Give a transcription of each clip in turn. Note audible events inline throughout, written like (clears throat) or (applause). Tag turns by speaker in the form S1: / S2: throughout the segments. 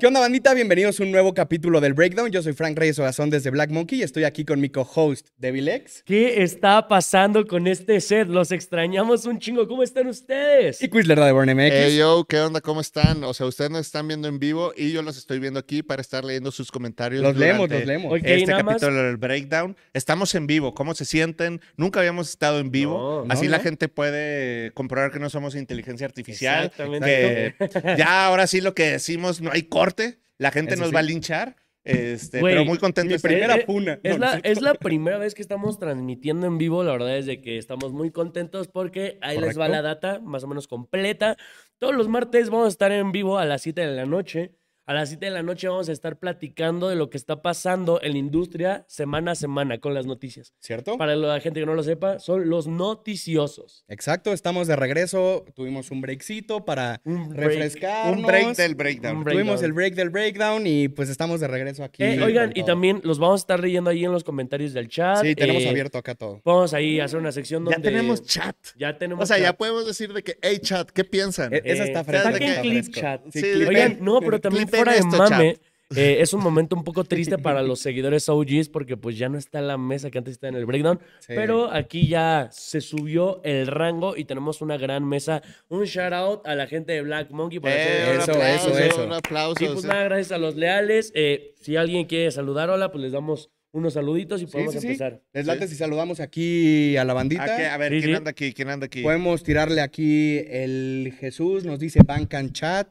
S1: ¿Qué onda, bandita? Bienvenidos a un nuevo capítulo del Breakdown. Yo soy Frank Reyes Ogazón desde Black Monkey y estoy aquí con mi co-host, Devilex.
S2: ¿Qué está pasando con este set? Los extrañamos un chingo. ¿Cómo están ustedes?
S1: Y Quizler de Born MX.
S3: Hey, yo, ¿qué onda? ¿Cómo están? O sea, ustedes nos están viendo en vivo y yo los estoy viendo aquí para estar leyendo sus comentarios.
S1: Los leemos,
S3: durante
S1: los leemos.
S2: Oye, Ok,
S3: este
S2: nada más.
S3: capítulo del breakdown. Estamos en vivo. ¿Cómo se sienten? Nunca habíamos estado en vivo.
S2: No, no,
S3: Así la
S1: no.
S3: gente puede comprobar que no somos inteligencia artificial.
S2: Exactamente.
S3: Que ya ahora sí lo que decimos no hay corte. La gente
S1: Eso
S3: nos
S1: sí.
S3: va a linchar. Este,
S2: Güey,
S3: pero muy contento. de
S1: mi
S3: estar-
S1: primera
S2: Eh, eh,
S1: puna.
S2: Es
S1: No,
S2: la,
S1: no
S2: es la primera vez que estamos transmitiendo en vivo. La verdad es de que estamos muy contentos porque ahí les va
S1: Correcto.
S2: la data más o menos completa. Todos los martes vamos a estar en vivo a las 7 de la noche. A las 7 de la noche vamos a estar platicando de lo que está pasando en la industria semana a semana con las noticias.
S1: ¿Cierto?
S2: Para la gente que no lo sepa, son los noticiosos.
S1: Exacto, estamos de regreso. Tuvimos un breakcito para
S2: Un break.
S1: refrescarnos.
S3: Un break del breakdown.
S2: Un break.
S1: Tuvimos
S2: breakdown.
S1: el break del breakdown y pues estamos de regreso aquí.
S2: Eh,
S1: con
S2: oigan, y
S1: todo.
S2: también los vamos a estar leyendo ahí en los comentarios del chat.
S1: Sí, tenemos
S2: Eh,
S1: abierto acá todo.
S2: Vamos ahí a hacer una sección donde.
S3: Ya tenemos chat.
S2: Ya tenemos.
S3: O sea, ya
S2: chat.
S3: podemos decir de que, hey, chat, ¿qué piensan?
S1: Eh, Esa está
S2: Eh,
S1: fresca.
S3: saquen
S1: está
S2: clip
S1: fresco.
S2: chat.
S1: Sí,
S3: Sí,
S1: clip.
S2: Oigan,
S3: Clipen-
S2: no, pero también
S3: clipen
S2: fuera de
S3: esto,
S2: mame. eh, es un momento un poco triste para
S1: (laughs)
S2: los seguidores OGs porque pues ya no está la mesa que antes estaba en el breakdown,
S1: Sí.
S2: pero aquí ya se subió el rango y tenemos una gran mesa. Un shout out a la gente de Black Monkey por hacer-
S3: Eh, un
S1: Eso,
S3: aplauso,
S1: eso, eso.
S3: Un aplauso.
S2: Sí, pues
S3: sí.
S2: nada, gracias a los leales. Eh, si alguien quiere saludar, hola, pues les damos unos saluditos y
S1: Sí,
S2: podemos
S1: sí, sí.
S2: empezar.
S1: Les late si saludamos aquí a la bandita.
S3: ¿A, qué? A ver,
S2: Sí,
S3: ¿quién
S2: sí.
S3: anda aquí? ¿Quién anda aquí?
S1: Podemos tirarle aquí el Jesús, nos dice Bancan Chat.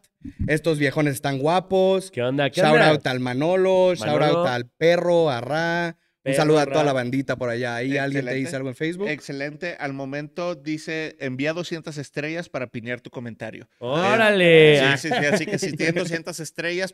S1: Estos viejones están guapos.
S2: ¿Qué onda? ¿Qué
S1: Shout
S2: onda?
S1: out al Manolo, shout
S2: Manolo.
S1: out al perro, a Ra. Un
S2: Perro,
S1: saludo a
S2: Ra.
S1: toda la bandita por allá. Ahí alguien te
S3: Excelente.
S1: dice algo en Facebook.
S3: Excelente. Al momento dice, envía 200 estrellas para pinear tu comentario.
S2: Órale.
S3: Sí, sí, sí, así que si tienen 200 estrellas,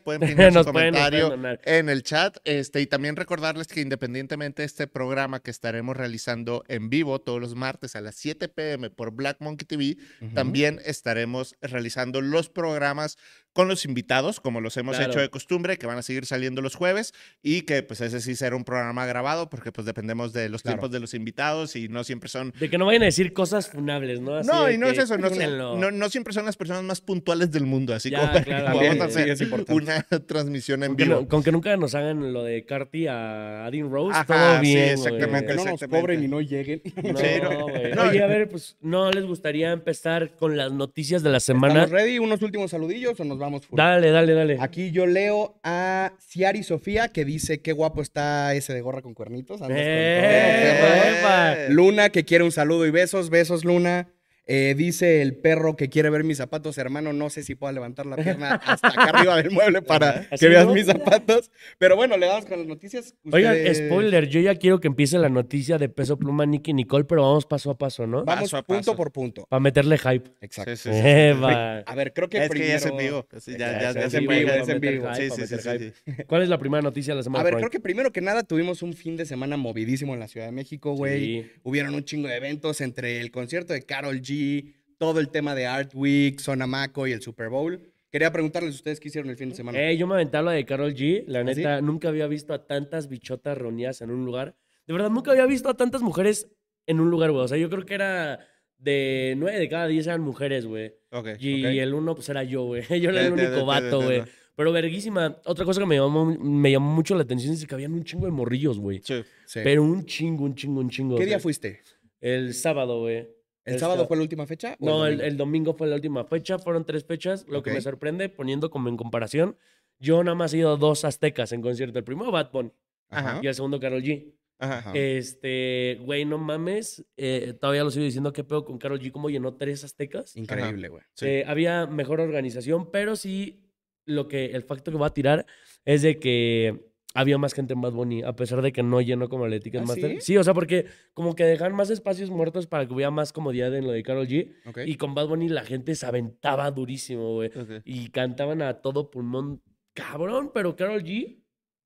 S2: (laughs)
S3: pueden pinear su
S2: Ah. Nos pueden- nos pueden
S3: comentario
S2: donar.
S3: en el chat. Este, y también recordarles que independientemente de este programa que estaremos realizando en vivo todos los martes a las 7 pm por Black Monkey TV,
S1: Ujú.
S3: también estaremos realizando los programas con los invitados, como los hemos
S2: Claro.
S3: hecho de costumbre, que van a seguir saliendo los jueves y que pues ese sí será un programa grabado porque pues dependemos de los
S1: Claro.
S3: tiempos de los invitados y no siempre son...
S2: De que no vayan a decir cosas funables, ¿no? Así
S3: no,
S2: de
S3: y no
S2: que
S3: es eso, no, sé,
S2: "Pínenlo".
S3: no, no siempre son las personas más puntuales del mundo, así
S2: Ya,
S3: como para
S2: claro,
S3: que
S2: también,
S3: podamos
S2: sí,
S3: hacer
S1: es importante.
S3: una (laughs) transmisión en
S2: Con que,
S3: vivo.
S2: no- con que nunca nos hagan lo de Carty a Adin Rose,
S3: Ajá,
S2: todo
S3: sí,
S2: bien.
S3: exactamente.
S1: Que no nos
S3: Exactamente.
S1: cobren y no lleguen. (laughs)
S2: güey. No,
S3: Sí, no.
S2: güey.
S3: No,
S2: Oye,
S3: y-
S2: a ver, pues, ¿no les gustaría empezar con las noticias de la semana?
S1: ¿Estamos ready? ¿Unos últimos saludillos o nos vamos? full?
S2: Dale, dale, dale.
S1: Aquí yo leo a Ciari Sofía que dice qué guapo está ese de gorra con cuernitos. Andas con todo,
S2: ¡Epa,
S1: perro.
S2: epa!
S3: Eh.
S1: Luna que quiere un saludo y besos, besos Luna. Eh, dice el perro que quiere ver mis zapatos, hermano. No sé si pueda levantar la pierna hasta acá arriba
S3: (laughs)
S1: del mueble para
S2: Así
S1: que veas
S2: no.
S1: mis zapatos. Pero bueno, le damos con las noticias.
S2: Oigan,
S1: Ustedes-
S2: spoiler, yo ya quiero que empiece la noticia de Peso Pluma, Nicky Nicole, pero vamos paso a paso, ¿no?
S1: Vamos
S3: Paso a
S1: punto
S3: paso.
S1: por punto.
S2: Para meterle hype.
S1: Exacto.
S3: Sí, sí, sí. (laughs)
S2: Eva.
S1: A ver, creo que
S3: Es que ya es en
S1: primero-
S3: vivo. Sí, ya- ya-
S1: Exacto,
S3: ya
S1: es en
S3: sí,
S1: vivo,
S3: güey.
S1: es en vivo.
S2: Ay,
S3: Sí,
S2: pa'
S3: sí,
S2: meter
S3: sí,
S2: hype.
S3: sí.
S2: ¿Cuál es la primera noticia de la semana?
S1: A ver,
S2: Frank?
S1: creo que primero que nada tuvimos un fin de semana movidísimo en la Ciudad de México, güey.
S2: Sí.
S1: Hubieron un chingo de eventos entre el concierto de Carol G, todo el tema de Art Week, Sonamaco y el Super Bowl. Quería preguntarles a ustedes qué hicieron el fin de semana.
S2: Eh, yo me aventaba la de Carol G. La
S1: ¿Ah, sí?
S2: neta, nunca había visto a tantas bichotas reunidas en un lugar. De verdad, nunca había visto a tantas mujeres en un lugar, güey. O sea, yo creo que era de nueve de cada diez eran mujeres, güey.
S3: Ok,
S2: Y
S3: ok.
S2: el uno, pues era yo, güey. (laughs) Yo era el
S3: Entiendo,
S2: único
S3: entiendo,
S2: vato, güey.
S3: entiendo.
S2: Pero verguísima. Otra cosa que me llamó, me llamó mucho la atención es que habían un chingo de morrillos, güey.
S3: Sí.
S1: Sí.
S2: Pero un chingo, un chingo, un chingo.
S1: ¿Qué día
S2: güey.
S1: fuiste?
S2: El sábado, güey.
S1: ¿El
S2: El
S1: sábado
S2: sábado.
S1: fue la última fecha? o
S2: No, el,
S1: domingo?
S2: el domingo fue la última fecha, fueron tres fechas. Lo que me
S1: Ok.
S2: sorprende, poniendo como en comparación, yo nada más he ido a dos aztecas en concierto. El primero Bad Bunny
S1: Ajá.
S3: Ajá. Ah.
S2: y el segundo Carol G.
S3: Ajá.
S2: Este, güey, no mames, eh, todavía lo sigo diciendo, qué pedo con Carol G, cómo llenó tres aztecas.
S1: Increíble, güey.
S3: Sí.
S2: Eh, había mejor organización, pero sí, lo que, el facto que va a tirar es de que había más gente en Bad Bunny, a pesar de que no llenó como el de Ticketmaster.
S1: sí?
S2: sí, o sea, porque como que dejan más espacios muertos para que hubiera más comodidad en lo de Carol G.
S1: Ok.
S2: Y con Bad Bunny la gente se aventaba durísimo, güey.
S3: Ok.
S2: Y cantaban a todo pulmón, cabrón, pero Carol G,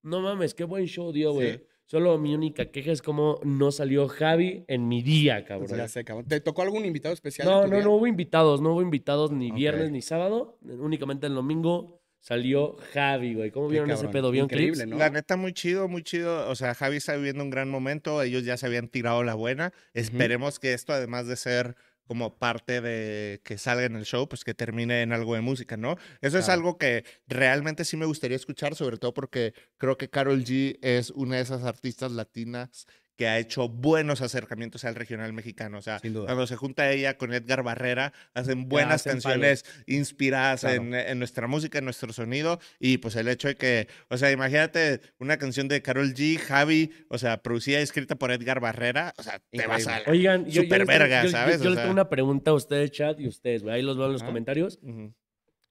S2: no mames, qué buen show dio, güey.
S3: Sí.
S2: Solo mi única queja es cómo no salió Javi en mi
S1: O
S2: día,
S1: sea,
S2: cabrón.
S1: ya sé, cabrón. ¿Te tocó algún invitado especial? en
S2: No,
S1: tu
S2: no,
S1: día?
S2: no hubo invitados, no hubo invitados ni
S1: Ok.
S2: viernes ni sábado, únicamente el domingo salió Javi, güey. ¿Cómo
S1: Qué
S2: vieron ese
S1: cabrón,
S2: pedo? ¿Vieron
S1: increíble,
S2: clips?
S1: ¿no?
S3: La neta, muy chido, muy chido. O sea, Javi está viviendo un gran momento. Ellos ya se habían tirado la buena. Esperemos que esto, además de ser como parte de que salga en el show, pues que termine en algo de música, ¿no? Eso es
S1: Claro.
S3: algo que realmente sí me gustaría escuchar, sobre todo porque creo que Carol G es una de esas artistas latinas que ha hecho buenos acercamientos al regional mexicano. O sea,
S1: Sin duda.
S3: cuando se junta ella con Edgar Barrera, hacen buenas
S2: hacen
S3: canciones inspiradas
S1: Claro.
S3: en, en nuestra música, en nuestro sonido. Y pues el hecho de que, o sea, imagínate una canción de Carol G, Javi, o sea, producida y escrita por Edgar Barrera, o sea, te vas a...
S1: Increíble.
S2: Oigan, yo, yo les tengo-
S3: Superverga,
S2: yo- yo-
S3: ¿sabes?
S2: Yo,
S3: O
S2: les
S3: sea.
S2: tengo una pregunta a ustedes, chat, y ustedes, güey. Ahí los veo en los
S1: Ajá.
S2: comentarios.
S3: Ujú.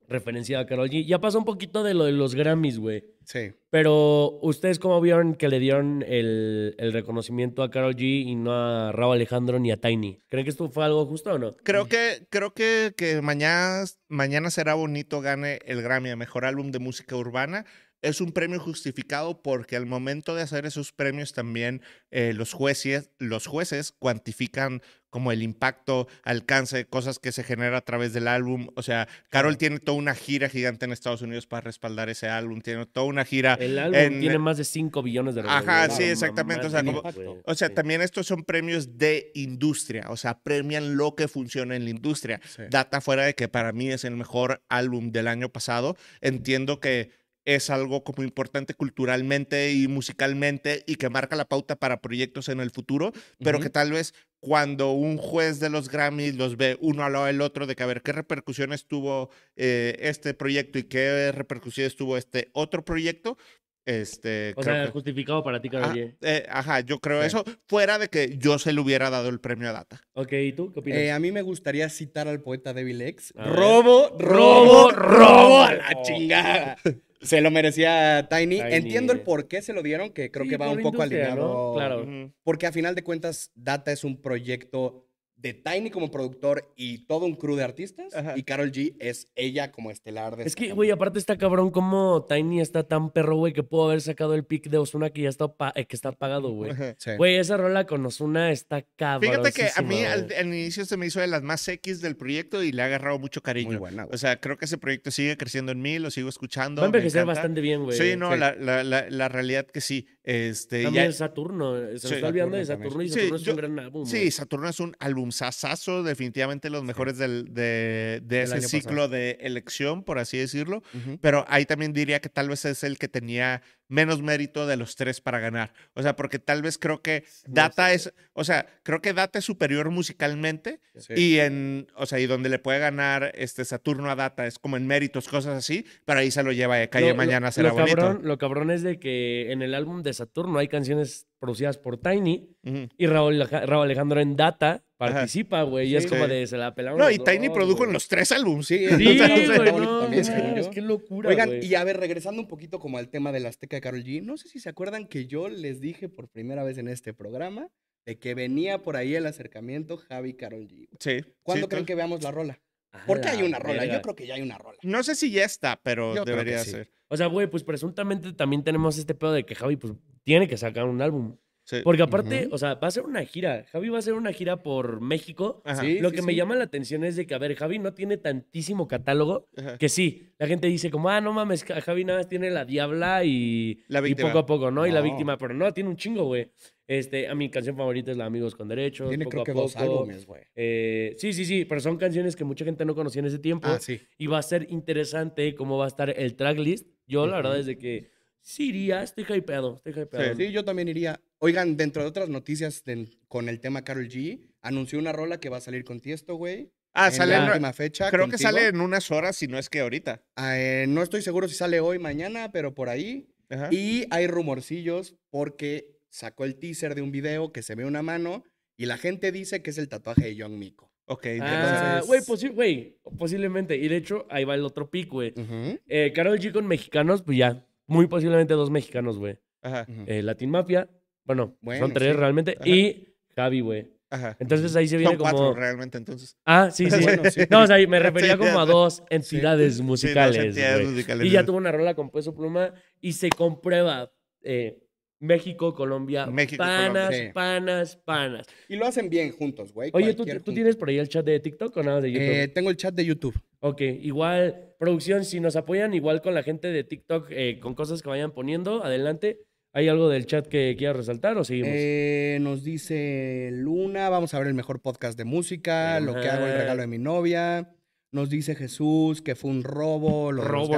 S2: Referencia a Karol G. Ya pasó un poquito de lo de los Grammys, güey.
S1: Sí.
S2: Pero, ¿ustedes cómo vieron que le dieron el, el reconocimiento a Karol G y no a Raúl Alejandro ni a Tiny? ¿Creen que esto fue algo justo o no?
S3: Creo que, creo que, que mañana, mañana será bonito gane el Grammy a Mejor Álbum de Música Urbana. Es un premio justificado porque al momento de hacer esos premios también eh, los, jueces, los jueces cuantifican como el impacto, alcance, cosas que se genera a través del álbum. O sea, Carol tiene toda una gira gigante en Estados Unidos para respaldar ese álbum, tiene toda una gira
S2: El álbum
S3: en-
S2: tiene más de 5 billones de
S3: Ajá,
S2: reproducciones.
S1: sí,
S3: exactamente, o sea,
S2: Mames,
S1: como-
S2: güey.
S3: O sea,
S2: Sí.
S3: también estos son premios de industria, o sea, premian lo que funciona en la industria.
S1: Sí.
S3: Data fuera de que para mí es el mejor álbum del año pasado, entiendo que es algo como importante culturalmente y musicalmente y que marca la pauta para proyectos en el futuro, pero
S1: Ujú.
S3: que tal vez cuando un juez de los Grammys los ve uno al lado del otro, de que a ver qué repercusiones tuvo eh, este proyecto y qué repercusiones tuvo este otro proyecto, este,
S2: O
S3: creo
S2: sea,
S3: que-
S2: justificado para ti, Karol
S3: Ah,
S2: G.
S3: eh, ajá, yo creo
S1: Sí.
S3: eso. Fuera de que yo se le hubiera dado el premio a Data.
S2: Ok, ¿y tú qué opinas?
S1: Eh, a mí me gustaría citar al poeta Devil X.
S2: A ver.
S1: Robo, robo,
S2: Robo,
S1: robo a la
S2: robo.
S1: chingada. Se lo merecía Tiny.
S2: Tiny.
S1: Entiendo el por qué se lo dieron, que creo
S2: Sí,
S1: que va
S2: por
S1: un poco
S2: industria, ¿no?
S1: alineado.
S2: Claro.
S3: Ujú.
S1: Porque a final de cuentas, Data es un proyecto de Tiny como productor y todo un crew de artistas.
S3: Ajá.
S1: Y Carol G es ella como estelar de
S2: Es
S1: este
S2: que,
S1: tema.
S2: güey, aparte está cabrón como Tiny está tan perro, güey, que pudo haber sacado el pick de Osuna que ya está, pa- eh, que está pagado, güey.
S1: Sí.
S2: Güey, esa rola con Osuna está cabrón.
S3: Fíjate que a mí al, al inicio se me hizo de las más X del proyecto y le ha agarrado mucho
S1: Muy
S3: cariño.
S1: buena, güey.
S3: O sea, creo que ese proyecto sigue creciendo en mí, lo sigo escuchando.
S2: Va a
S3: me
S2: envejecer
S3: encanta.
S2: bastante bien, güey.
S3: Sí, no,
S1: Sí.
S3: La, la- la- la realidad que sí. Este,
S2: También
S3: ya-
S2: Saturno. eh, Se nos
S3: Sí.
S2: está olvidando de
S1: Saturno
S2: Saturno y
S3: también.
S2: Saturno
S3: Sí,
S2: es un
S3: yo-
S2: gran álbum.
S3: Sí,
S2: güey.
S3: Saturno es un álbum sasazo, definitivamente los mejores del, de, de ese
S1: año
S3: ciclo
S1: pasado.
S3: de elección, por así decirlo.
S1: Ujú.
S3: pero ahí también diría que tal vez es el que tenía menos mérito de los tres para ganar. O sea, porque tal vez creo que Data es, o sea, creo que Data es superior musicalmente
S1: Sí.
S3: y en, o sea, y donde le puede ganar este Saturno a Data es como en méritos, cosas así, pero ahí se lo lleva de calle
S2: Lo- lo-
S3: mañana será
S2: lo
S3: bonito.
S2: cabrón, lo cabrón es de que en el álbum de Saturno hay canciones producidas por Tiny
S3: Ujú.
S2: y Raúl, Aja- Raúl Alejandro en Data participa, güey. Y es
S1: Sí.
S2: como de se la pelaron.
S3: No,
S2: los
S3: y Tiny
S2: dos,
S3: produjo
S2: güey.
S3: en los tres álbumes.
S1: Sí,
S2: Sí,
S3: (laughs)
S1: entonces,
S2: güey,
S1: entonces,
S2: no,
S1: Raúl también, según
S2: mames,
S1: yo.
S2: qué locura,
S1: Oigan,
S2: güey.
S1: y a ver, regresando un poquito como al tema de las teca de Carol G, no sé si se acuerdan que yo les dije por primera vez en este programa de que venía por ahí el acercamiento Javi Carol G.
S3: Sí.
S1: ¿Cuándo
S3: sí,
S1: creen
S3: tú-
S1: que veamos la rola?
S2: A
S1: Porque
S2: la
S1: hay una rola,
S2: verga.
S1: yo creo que ya hay una rola.
S3: No sé si ya está, pero
S1: Yo creo que
S3: debería
S1: sí.
S3: ser.
S2: O sea, güey, pues presuntamente también tenemos este pedo de que Javi pues tiene que sacar un álbum.
S3: Sí.
S2: Porque aparte,
S1: Ujú.
S2: o sea, va a ser una gira. Javi va a hacer una gira por México.
S3: Ajá,
S1: Sí,
S2: Lo
S1: sí,
S2: que me
S1: sí.
S2: llama la atención es de que, a ver, Javi no tiene tantísimo catálogo
S3: ajá.
S2: que sí. La gente dice como, ah, no mames, Ja- Javi nada más tiene la diabla y,
S3: La
S2: y
S3: Víctima.
S2: poco a poco, ¿no? Y la
S1: No.
S2: víctima, pero no, tiene un chingo, güey. Este, a mi canción favorita es la Amigos con Derechos.
S1: Tiene creo
S2: poco a
S1: que dos
S2: poco.
S1: álbumes, güey.
S2: Eh, sí, sí, sí, pero son canciones que mucha gente no conocía en ese tiempo.
S1: Ah, sí.
S2: Y va a ser interesante cómo va a estar el tracklist. Yo, la verdad,
S1: Ujú.
S2: desde que sí iría, estoy hypeado, estoy hypeado.
S1: Sí, yo también iría. Oigan, dentro de otras noticias del- con el tema Carol G, anunció una rola que va a salir con Tiesto, güey.
S3: Ah,
S1: en
S3: sale
S1: la
S3: en-
S1: última fecha.
S3: creo que
S1: contigo.
S3: sale en unas horas, si no es que ahorita.
S1: Ah, eh, no estoy seguro si sale hoy, mañana, pero por ahí.
S3: Ajá.
S1: Y hay rumorcillos porque sacó el teaser de un video que se ve una mano y la gente dice que es el tatuaje de Young Miko.
S3: Ok,
S2: Ah,
S1: entonces-
S2: güey, posi- güey, posiblemente. Y de hecho, ahí va el otro pick, güey.
S1: Ujú,
S2: Eh, Karol G con mexicanos, pues ya. Muy posiblemente dos mexicanos, güey.
S3: ajá,
S1: ujú.
S2: Eh, Latin Mafia, bueno, son
S1: Bueno,
S2: tres
S1: sí.
S2: realmente.
S3: Ajá.
S2: Y Javi, güey.
S3: ajá.
S2: Entonces ahí se viene
S3: Son cuatro
S2: como.
S3: realmente, entonces.
S2: Ah, sí, sí.
S1: Bueno, sí.
S2: (laughs) No, o sea, me refería
S3: Sí,
S2: como a
S3: ya sé.
S2: dos entidades
S3: Sí, dos
S2: musicales.
S3: entidades
S2: güey.
S3: musicales,
S2: Y ya
S3: sí.
S2: tuvo una rola con Peso Pluma y se comprueba eh, México, Colombia,
S3: México,
S2: panas,
S3: Colombia.
S1: Sí.
S2: panas, panas.
S1: Y lo hacen bien juntos, güey.
S2: Oye, ¿tú,
S1: cualquier
S2: tú
S1: junto.
S2: tienes por ahí el chat de TikTok o nada de YouTube?
S1: Eh, tengo el chat de YouTube.
S2: Ok, igual, producción, si nos apoyan igual con la gente de TikTok, eh, con cosas que vayan poniendo, adelante. ¿Hay algo del chat que quieras resaltar o seguimos?
S1: Eh, nos dice Luna, vamos a ver el mejor podcast de música, lo que hago, el
S2: Ajá.
S1: regalo de mi novia. Nos dice Jesús que fue un robo, lo de los
S2: robo, robo,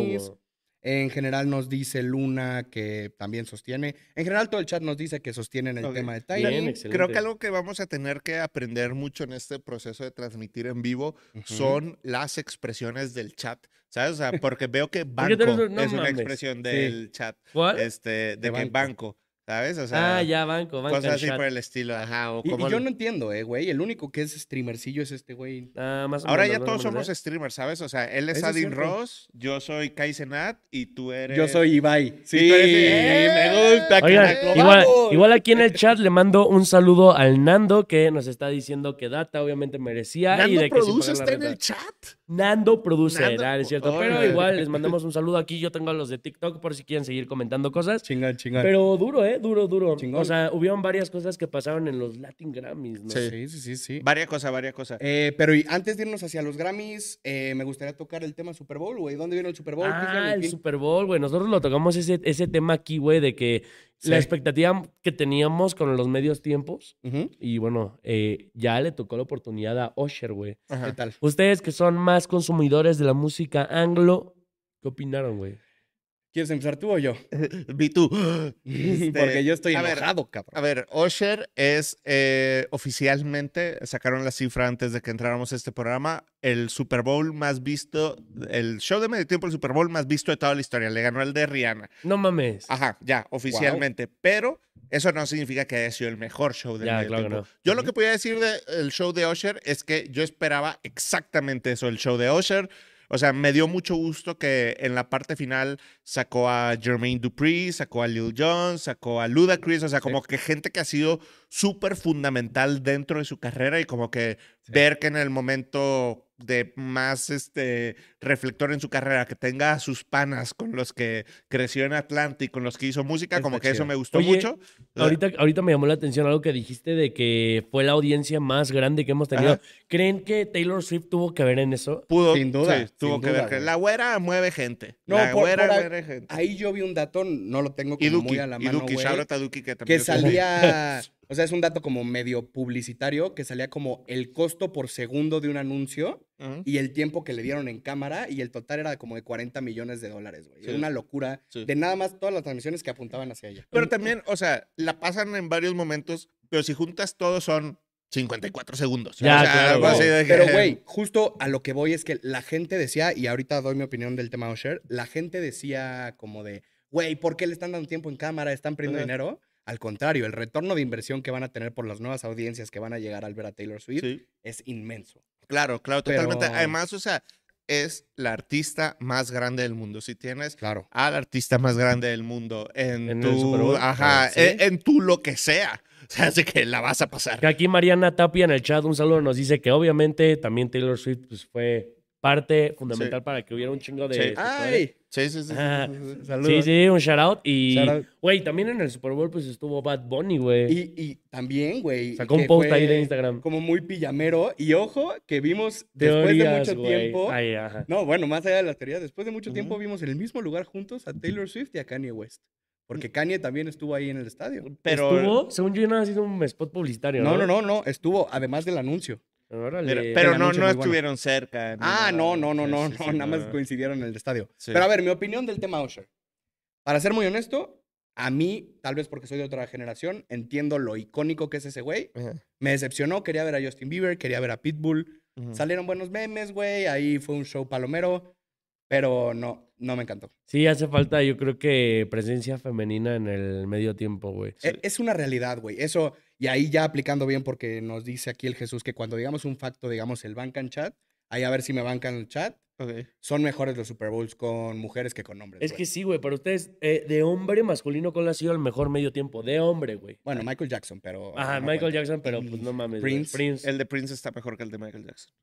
S1: Grammys.
S2: robo.
S1: En general nos dice Luna que también sostiene. En general todo el chat nos dice que sostienen el
S3: Ok,
S1: tema de Tiny.
S2: Bien,
S3: También Creo
S2: excelente.
S3: que algo que vamos a tener que aprender mucho en este proceso de transmitir en vivo
S1: Ujú.
S3: son las expresiones del chat, ¿sabes? O sea, porque veo que banco
S2: tenemos- no
S3: es una
S2: mames.
S3: expresión del chat,
S2: ¿Cuál?
S3: este, de, que
S1: banco.
S3: banco. ¿sabes? O sea,
S2: ah, ya, banco, banco.
S3: cosas
S2: el
S3: así
S2: chat.
S3: por el estilo, ajá, o
S1: Y, y
S3: como
S1: yo
S3: el-
S1: no entiendo, eh, güey. El único que es streamercillo es este güey.
S2: Ah, más o
S3: Ahora
S2: menos,
S3: ya
S2: más o
S3: todos
S2: menos,
S3: somos
S2: ¿eh?
S3: streamers, ¿sabes? O sea, él es
S1: Eso es
S3: Adin
S1: cierto.
S3: Ross, yo soy Kai Cenat y tú eres...
S1: Yo soy Ibai.
S3: Sí, tú eres- ¡Eh! me gusta.
S2: Oigan,
S3: Carajo,
S2: igual,
S1: vamos.
S2: igual aquí en el chat le mando un saludo al Nando que nos está diciendo que Data obviamente merecía. y
S3: ¿Nando
S2: de que sin
S3: Produce
S2: pagar la
S3: está en
S2: renta.
S3: el chat?
S2: Nando produce,
S3: Nando,
S2: ah, es cierto. Pero
S3: órale.
S2: igual les mandamos un saludo aquí. Yo tengo a los de TikTok por si quieren seguir comentando cosas.
S1: Chingón, chingón.
S2: Pero duro, ¿eh? Duro, duro.
S1: Ah. Chingón.
S2: O sea, hubieron varias cosas que pasaron en los Latin Grammys, ¿no?
S3: Sí.
S1: sí, sí, sí, sí.
S3: Varia cosa, varia cosa.
S1: Eh, pero y antes de irnos hacia los Grammys, eh, me gustaría tocar el tema Super Bowl, güey. ¿Dónde vieron el Super Bowl? ¿Qué hicieron
S2: Ah,
S1: en
S2: el
S1: fin?
S2: Super Bowl, güey. Nosotros lo tocamos ese, ese tema aquí, güey, de que
S1: Sí.
S2: la expectativa que teníamos con los medios tiempos.
S1: Ujú.
S2: Y bueno, eh, ya le tocó la oportunidad a Osher, güey.
S3: Ajá.
S1: ¿Qué tal?
S2: Ustedes que son más consumidores de la música anglo, ¿qué opinaron, güey?
S1: ¿Quieres empezar tú o yo?
S3: Vi tú.
S1: (laughs) Porque yo estoy
S3: a ver,
S1: enojado, cabrón.
S3: A ver, Osher es eh, oficialmente, sacaron la cifra antes de que entráramos a este programa, el Super Bowl más visto, el show de medio tiempo, el Super Bowl más visto de toda la historia. Le ganó el de Rihanna.
S2: No mames.
S3: Ajá, ya, oficialmente. Pero eso no significa que haya sido el mejor show del
S2: Ya,
S3: medio
S2: claro que
S3: tiempo.
S2: no.
S3: Yo lo que podía decir del show de Osher es que yo esperaba exactamente eso, el show de Osher. O sea, me dio mucho gusto que en la parte final sacó a Jermaine Dupri, sacó a Lil Jon, sacó a Ludacris. O sea, como que gente que ha sido súper fundamental dentro de su carrera y como que
S1: Sí.
S3: ver que en el momento de más este reflector en su carrera, que tenga a sus panas con los que creció en Atlanta y con los que hizo música,
S1: Está
S3: como que eso
S1: chido.
S3: me gustó
S2: Oye,
S3: mucho.
S2: Ahorita, ahorita me llamó la atención algo que dijiste de que fue la audiencia más grande que hemos tenido.
S3: Ajá.
S2: ¿Creen que Taylor Swift tuvo que ver en eso?
S3: pudo,
S1: Sin duda,
S3: sí, tuvo
S1: sin
S3: que
S1: duda,
S3: ver que
S1: güey.
S3: la güera mueve gente.
S1: No,
S3: la
S1: por-
S3: güera
S1: por ahí-
S3: mueve gente.
S1: Ahí yo vi un dato, no lo tengo
S3: Y
S1: como
S3: Duki,
S1: muy a la
S3: y
S1: mano,
S3: Duki,
S1: güey.
S3: shout out a Duki que también
S1: Que
S3: lo tuvo. (laughs)
S1: salía, o sea, es un dato como medio publicitario, que salía como el costo por segundo de un anuncio
S3: Ujú.
S1: y el tiempo que le dieron en cámara y el total era como de 40 millones de dólares, güey.
S3: Sí.
S1: Una locura
S3: Sí.
S1: de nada más todas las transmisiones que apuntaban hacia ella.
S3: Pero también, o sea, la pasan en varios momentos, pero si juntas todos son 54 segundos.
S2: Ya,
S3: O sea,
S2: claro,
S3: algo
S2: güey.
S3: así de que-
S1: Pero,
S3: (laughs)
S1: güey, justo a lo que voy es que la gente decía, y ahorita doy mi opinión del tema Usher, la gente decía como de, güey, ¿por qué le están dando tiempo en cámara? ¿Están perdiendo
S3: Ajá.
S1: dinero? Al contrario, el retorno de inversión que van a tener por las nuevas audiencias que van a llegar al ver a Taylor Swift
S3: Sí.
S1: es inmenso.
S3: Claro, claro, totalmente.
S1: Pero-
S3: Además, o sea, es la artista más grande del mundo. Si tienes
S1: Claro.
S3: al artista más grande del mundo en,
S2: En el Super
S3: tu,
S2: Bowl,
S3: ajá, e,
S2: eh, ¿sí?
S3: en, en tu lo que sea, (laughs) o sea, así que la vas a pasar.
S2: Que aquí Mariana Tapia en el chat, un saludo, nos dice que obviamente también Taylor Swift pues, fue parte fundamental para que hubiera un chingo de...
S3: Sí.
S2: de
S1: ¡Ay!
S3: Sí, sí, sí. sí,
S2: Ah,
S3: sí, sí.
S2: todo, ¿eh? Sí, sí, un shout out. Y,
S1: Shout out.
S2: güey, también en el Super Bowl pues estuvo Bad Bunny, güey.
S1: Y, y también, güey.
S2: Sacó un
S1: que
S2: post ahí
S1: fue
S2: de Instagram.
S1: Como muy pillamero. Y ojo, que vimos
S2: Teorías,
S1: después de mucho
S2: güey.
S1: tiempo.
S2: Ay, ajá.
S1: No, bueno, más allá de la teoría, después de mucho tiempo
S3: Ujú.
S1: vimos en el mismo lugar juntos a Taylor Swift y a Kanye West.
S3: Mm.
S1: Porque Kanye también estuvo ahí en el estadio.
S3: Pero,
S2: ¿Estuvo? Según yo, nada, ha sido un spot publicitario,
S1: No,
S2: ¿no?
S1: no, no, no, estuvo, además del anuncio.
S2: Órale.
S3: mira, pero
S1: la
S3: no,
S1: noche
S3: no
S1: muy buena.
S3: estuvieron cerca. ni
S1: Ah, no,
S3: nada.
S1: no, no,
S3: Sí,
S1: no,
S3: sí,
S1: no,
S3: sí,
S1: nada más
S3: no.
S1: coincidieron en el estadio.
S3: Sí.
S1: Pero a ver, mi opinión del tema Usher. Para ser muy honesto, a mí, tal vez porque soy de otra generación, entiendo lo icónico que es ese güey.
S3: Ajá,
S1: Me decepcionó, quería ver a Justin Bieber, quería ver a Pitbull.
S3: ujú.
S1: Salieron buenos memes, güey, ahí fue un show palomero, pero no, no me encantó.
S2: Sí, hace falta, yo creo que presencia femenina en el medio tiempo, güey.
S1: E- Es una realidad, güey. Eso, y ahí ya aplicando bien, porque nos dice aquí el Jesús que cuando digamos un facto, digamos el bancan chat, ahí a ver si me bancan el chat,
S3: Ok.
S1: son mejores los Super Bowls con mujeres que con hombres.
S2: Es
S1: güey.
S2: que sí, güey, para ustedes, eh, de hombre masculino, ¿cuál ha sido el mejor medio tiempo? De hombre, güey.
S1: Bueno, Michael Jackson, pero.
S2: ah, Ajá,
S1: no
S2: Michael
S1: cuenta.
S2: Jackson, pero pues no mames. güey.
S1: Prince,
S2: Prince.
S3: El de Prince está mejor que el de Michael Jackson.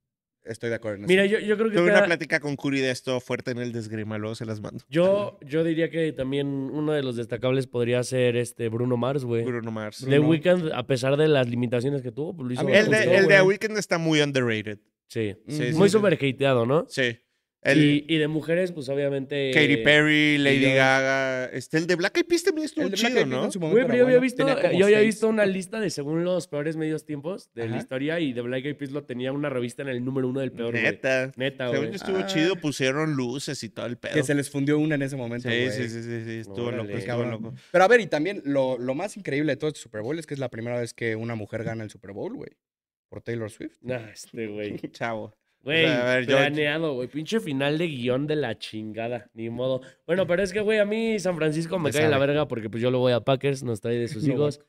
S1: Estoy de acuerdo en eso.
S2: Mira, yo, yo creo que
S3: Tuve una
S2: cada-
S3: plática con Curi de esto fuerte en el desgrima, luego se las mando.
S2: yo, yo diría que también uno de los destacables podría ser este Bruno Mars, güey.
S3: Bruno Mars.
S2: The
S1: Bruno.
S2: Weeknd, a pesar de las limitaciones que tuvo, pues, lo hizo
S1: mí me
S3: El
S2: bastante
S3: de,
S1: gustó,
S2: bien,
S3: el de
S2: güey.
S3: Weekend está muy underrated.
S2: Sí.
S3: Sí,
S1: Ujú.
S2: Muy
S3: sí.
S2: super hateado, ¿no?
S3: Sí. El-
S2: Y, y de mujeres, pues obviamente.
S3: Katy
S1: eh,
S3: Perry, Lady
S2: yo-
S3: Gaga. Este, el de Black Eyed Peas también estuvo
S1: El de Black
S3: chido,
S1: Eyed Peas
S3: ¿no?
S1: en su
S2: Güey,
S1: momento
S2: pero
S1: era
S2: yo había
S1: bueno,
S2: visto, eh,
S1: tenía como
S2: yo había
S1: seis.
S2: visto una lista de según los peores medios tiempos de la
S1: Ajá.
S2: historia y de Black Eyed Peas lo tenía una revista en el número uno del peor. güey.
S3: Neta.
S2: Neta,
S3: Según
S2: güey.
S3: yo estuvo
S1: Ah.
S3: chido, pusieron luces y todo el pedo.
S1: Que se les fundió una en ese momento,
S3: Sí,
S1: güey.
S3: sí, sí, sí, sí, estuvo
S2: Órale.
S3: loco, estuvo
S1: Cabrón.
S3: loco.
S1: Pero a ver, y también lo, lo más increíble de todo este Super Bowl es que es la primera vez que una mujer gana el Super Bowl, güey. Por Taylor Swift.
S2: Nah, este güey.
S3: Chavo.
S2: Güey,
S3: O sea, a ver, yo-
S2: planeado, güey. Pinche final de guión de la chingada. Ni modo. Bueno, pero es que, güey, a mí San Francisco me
S3: Se
S2: cae en la
S3: sabe.
S2: verga porque pues yo lo voy a Packers, nos trae de sus
S3: (laughs)
S1: No,
S2: hijos.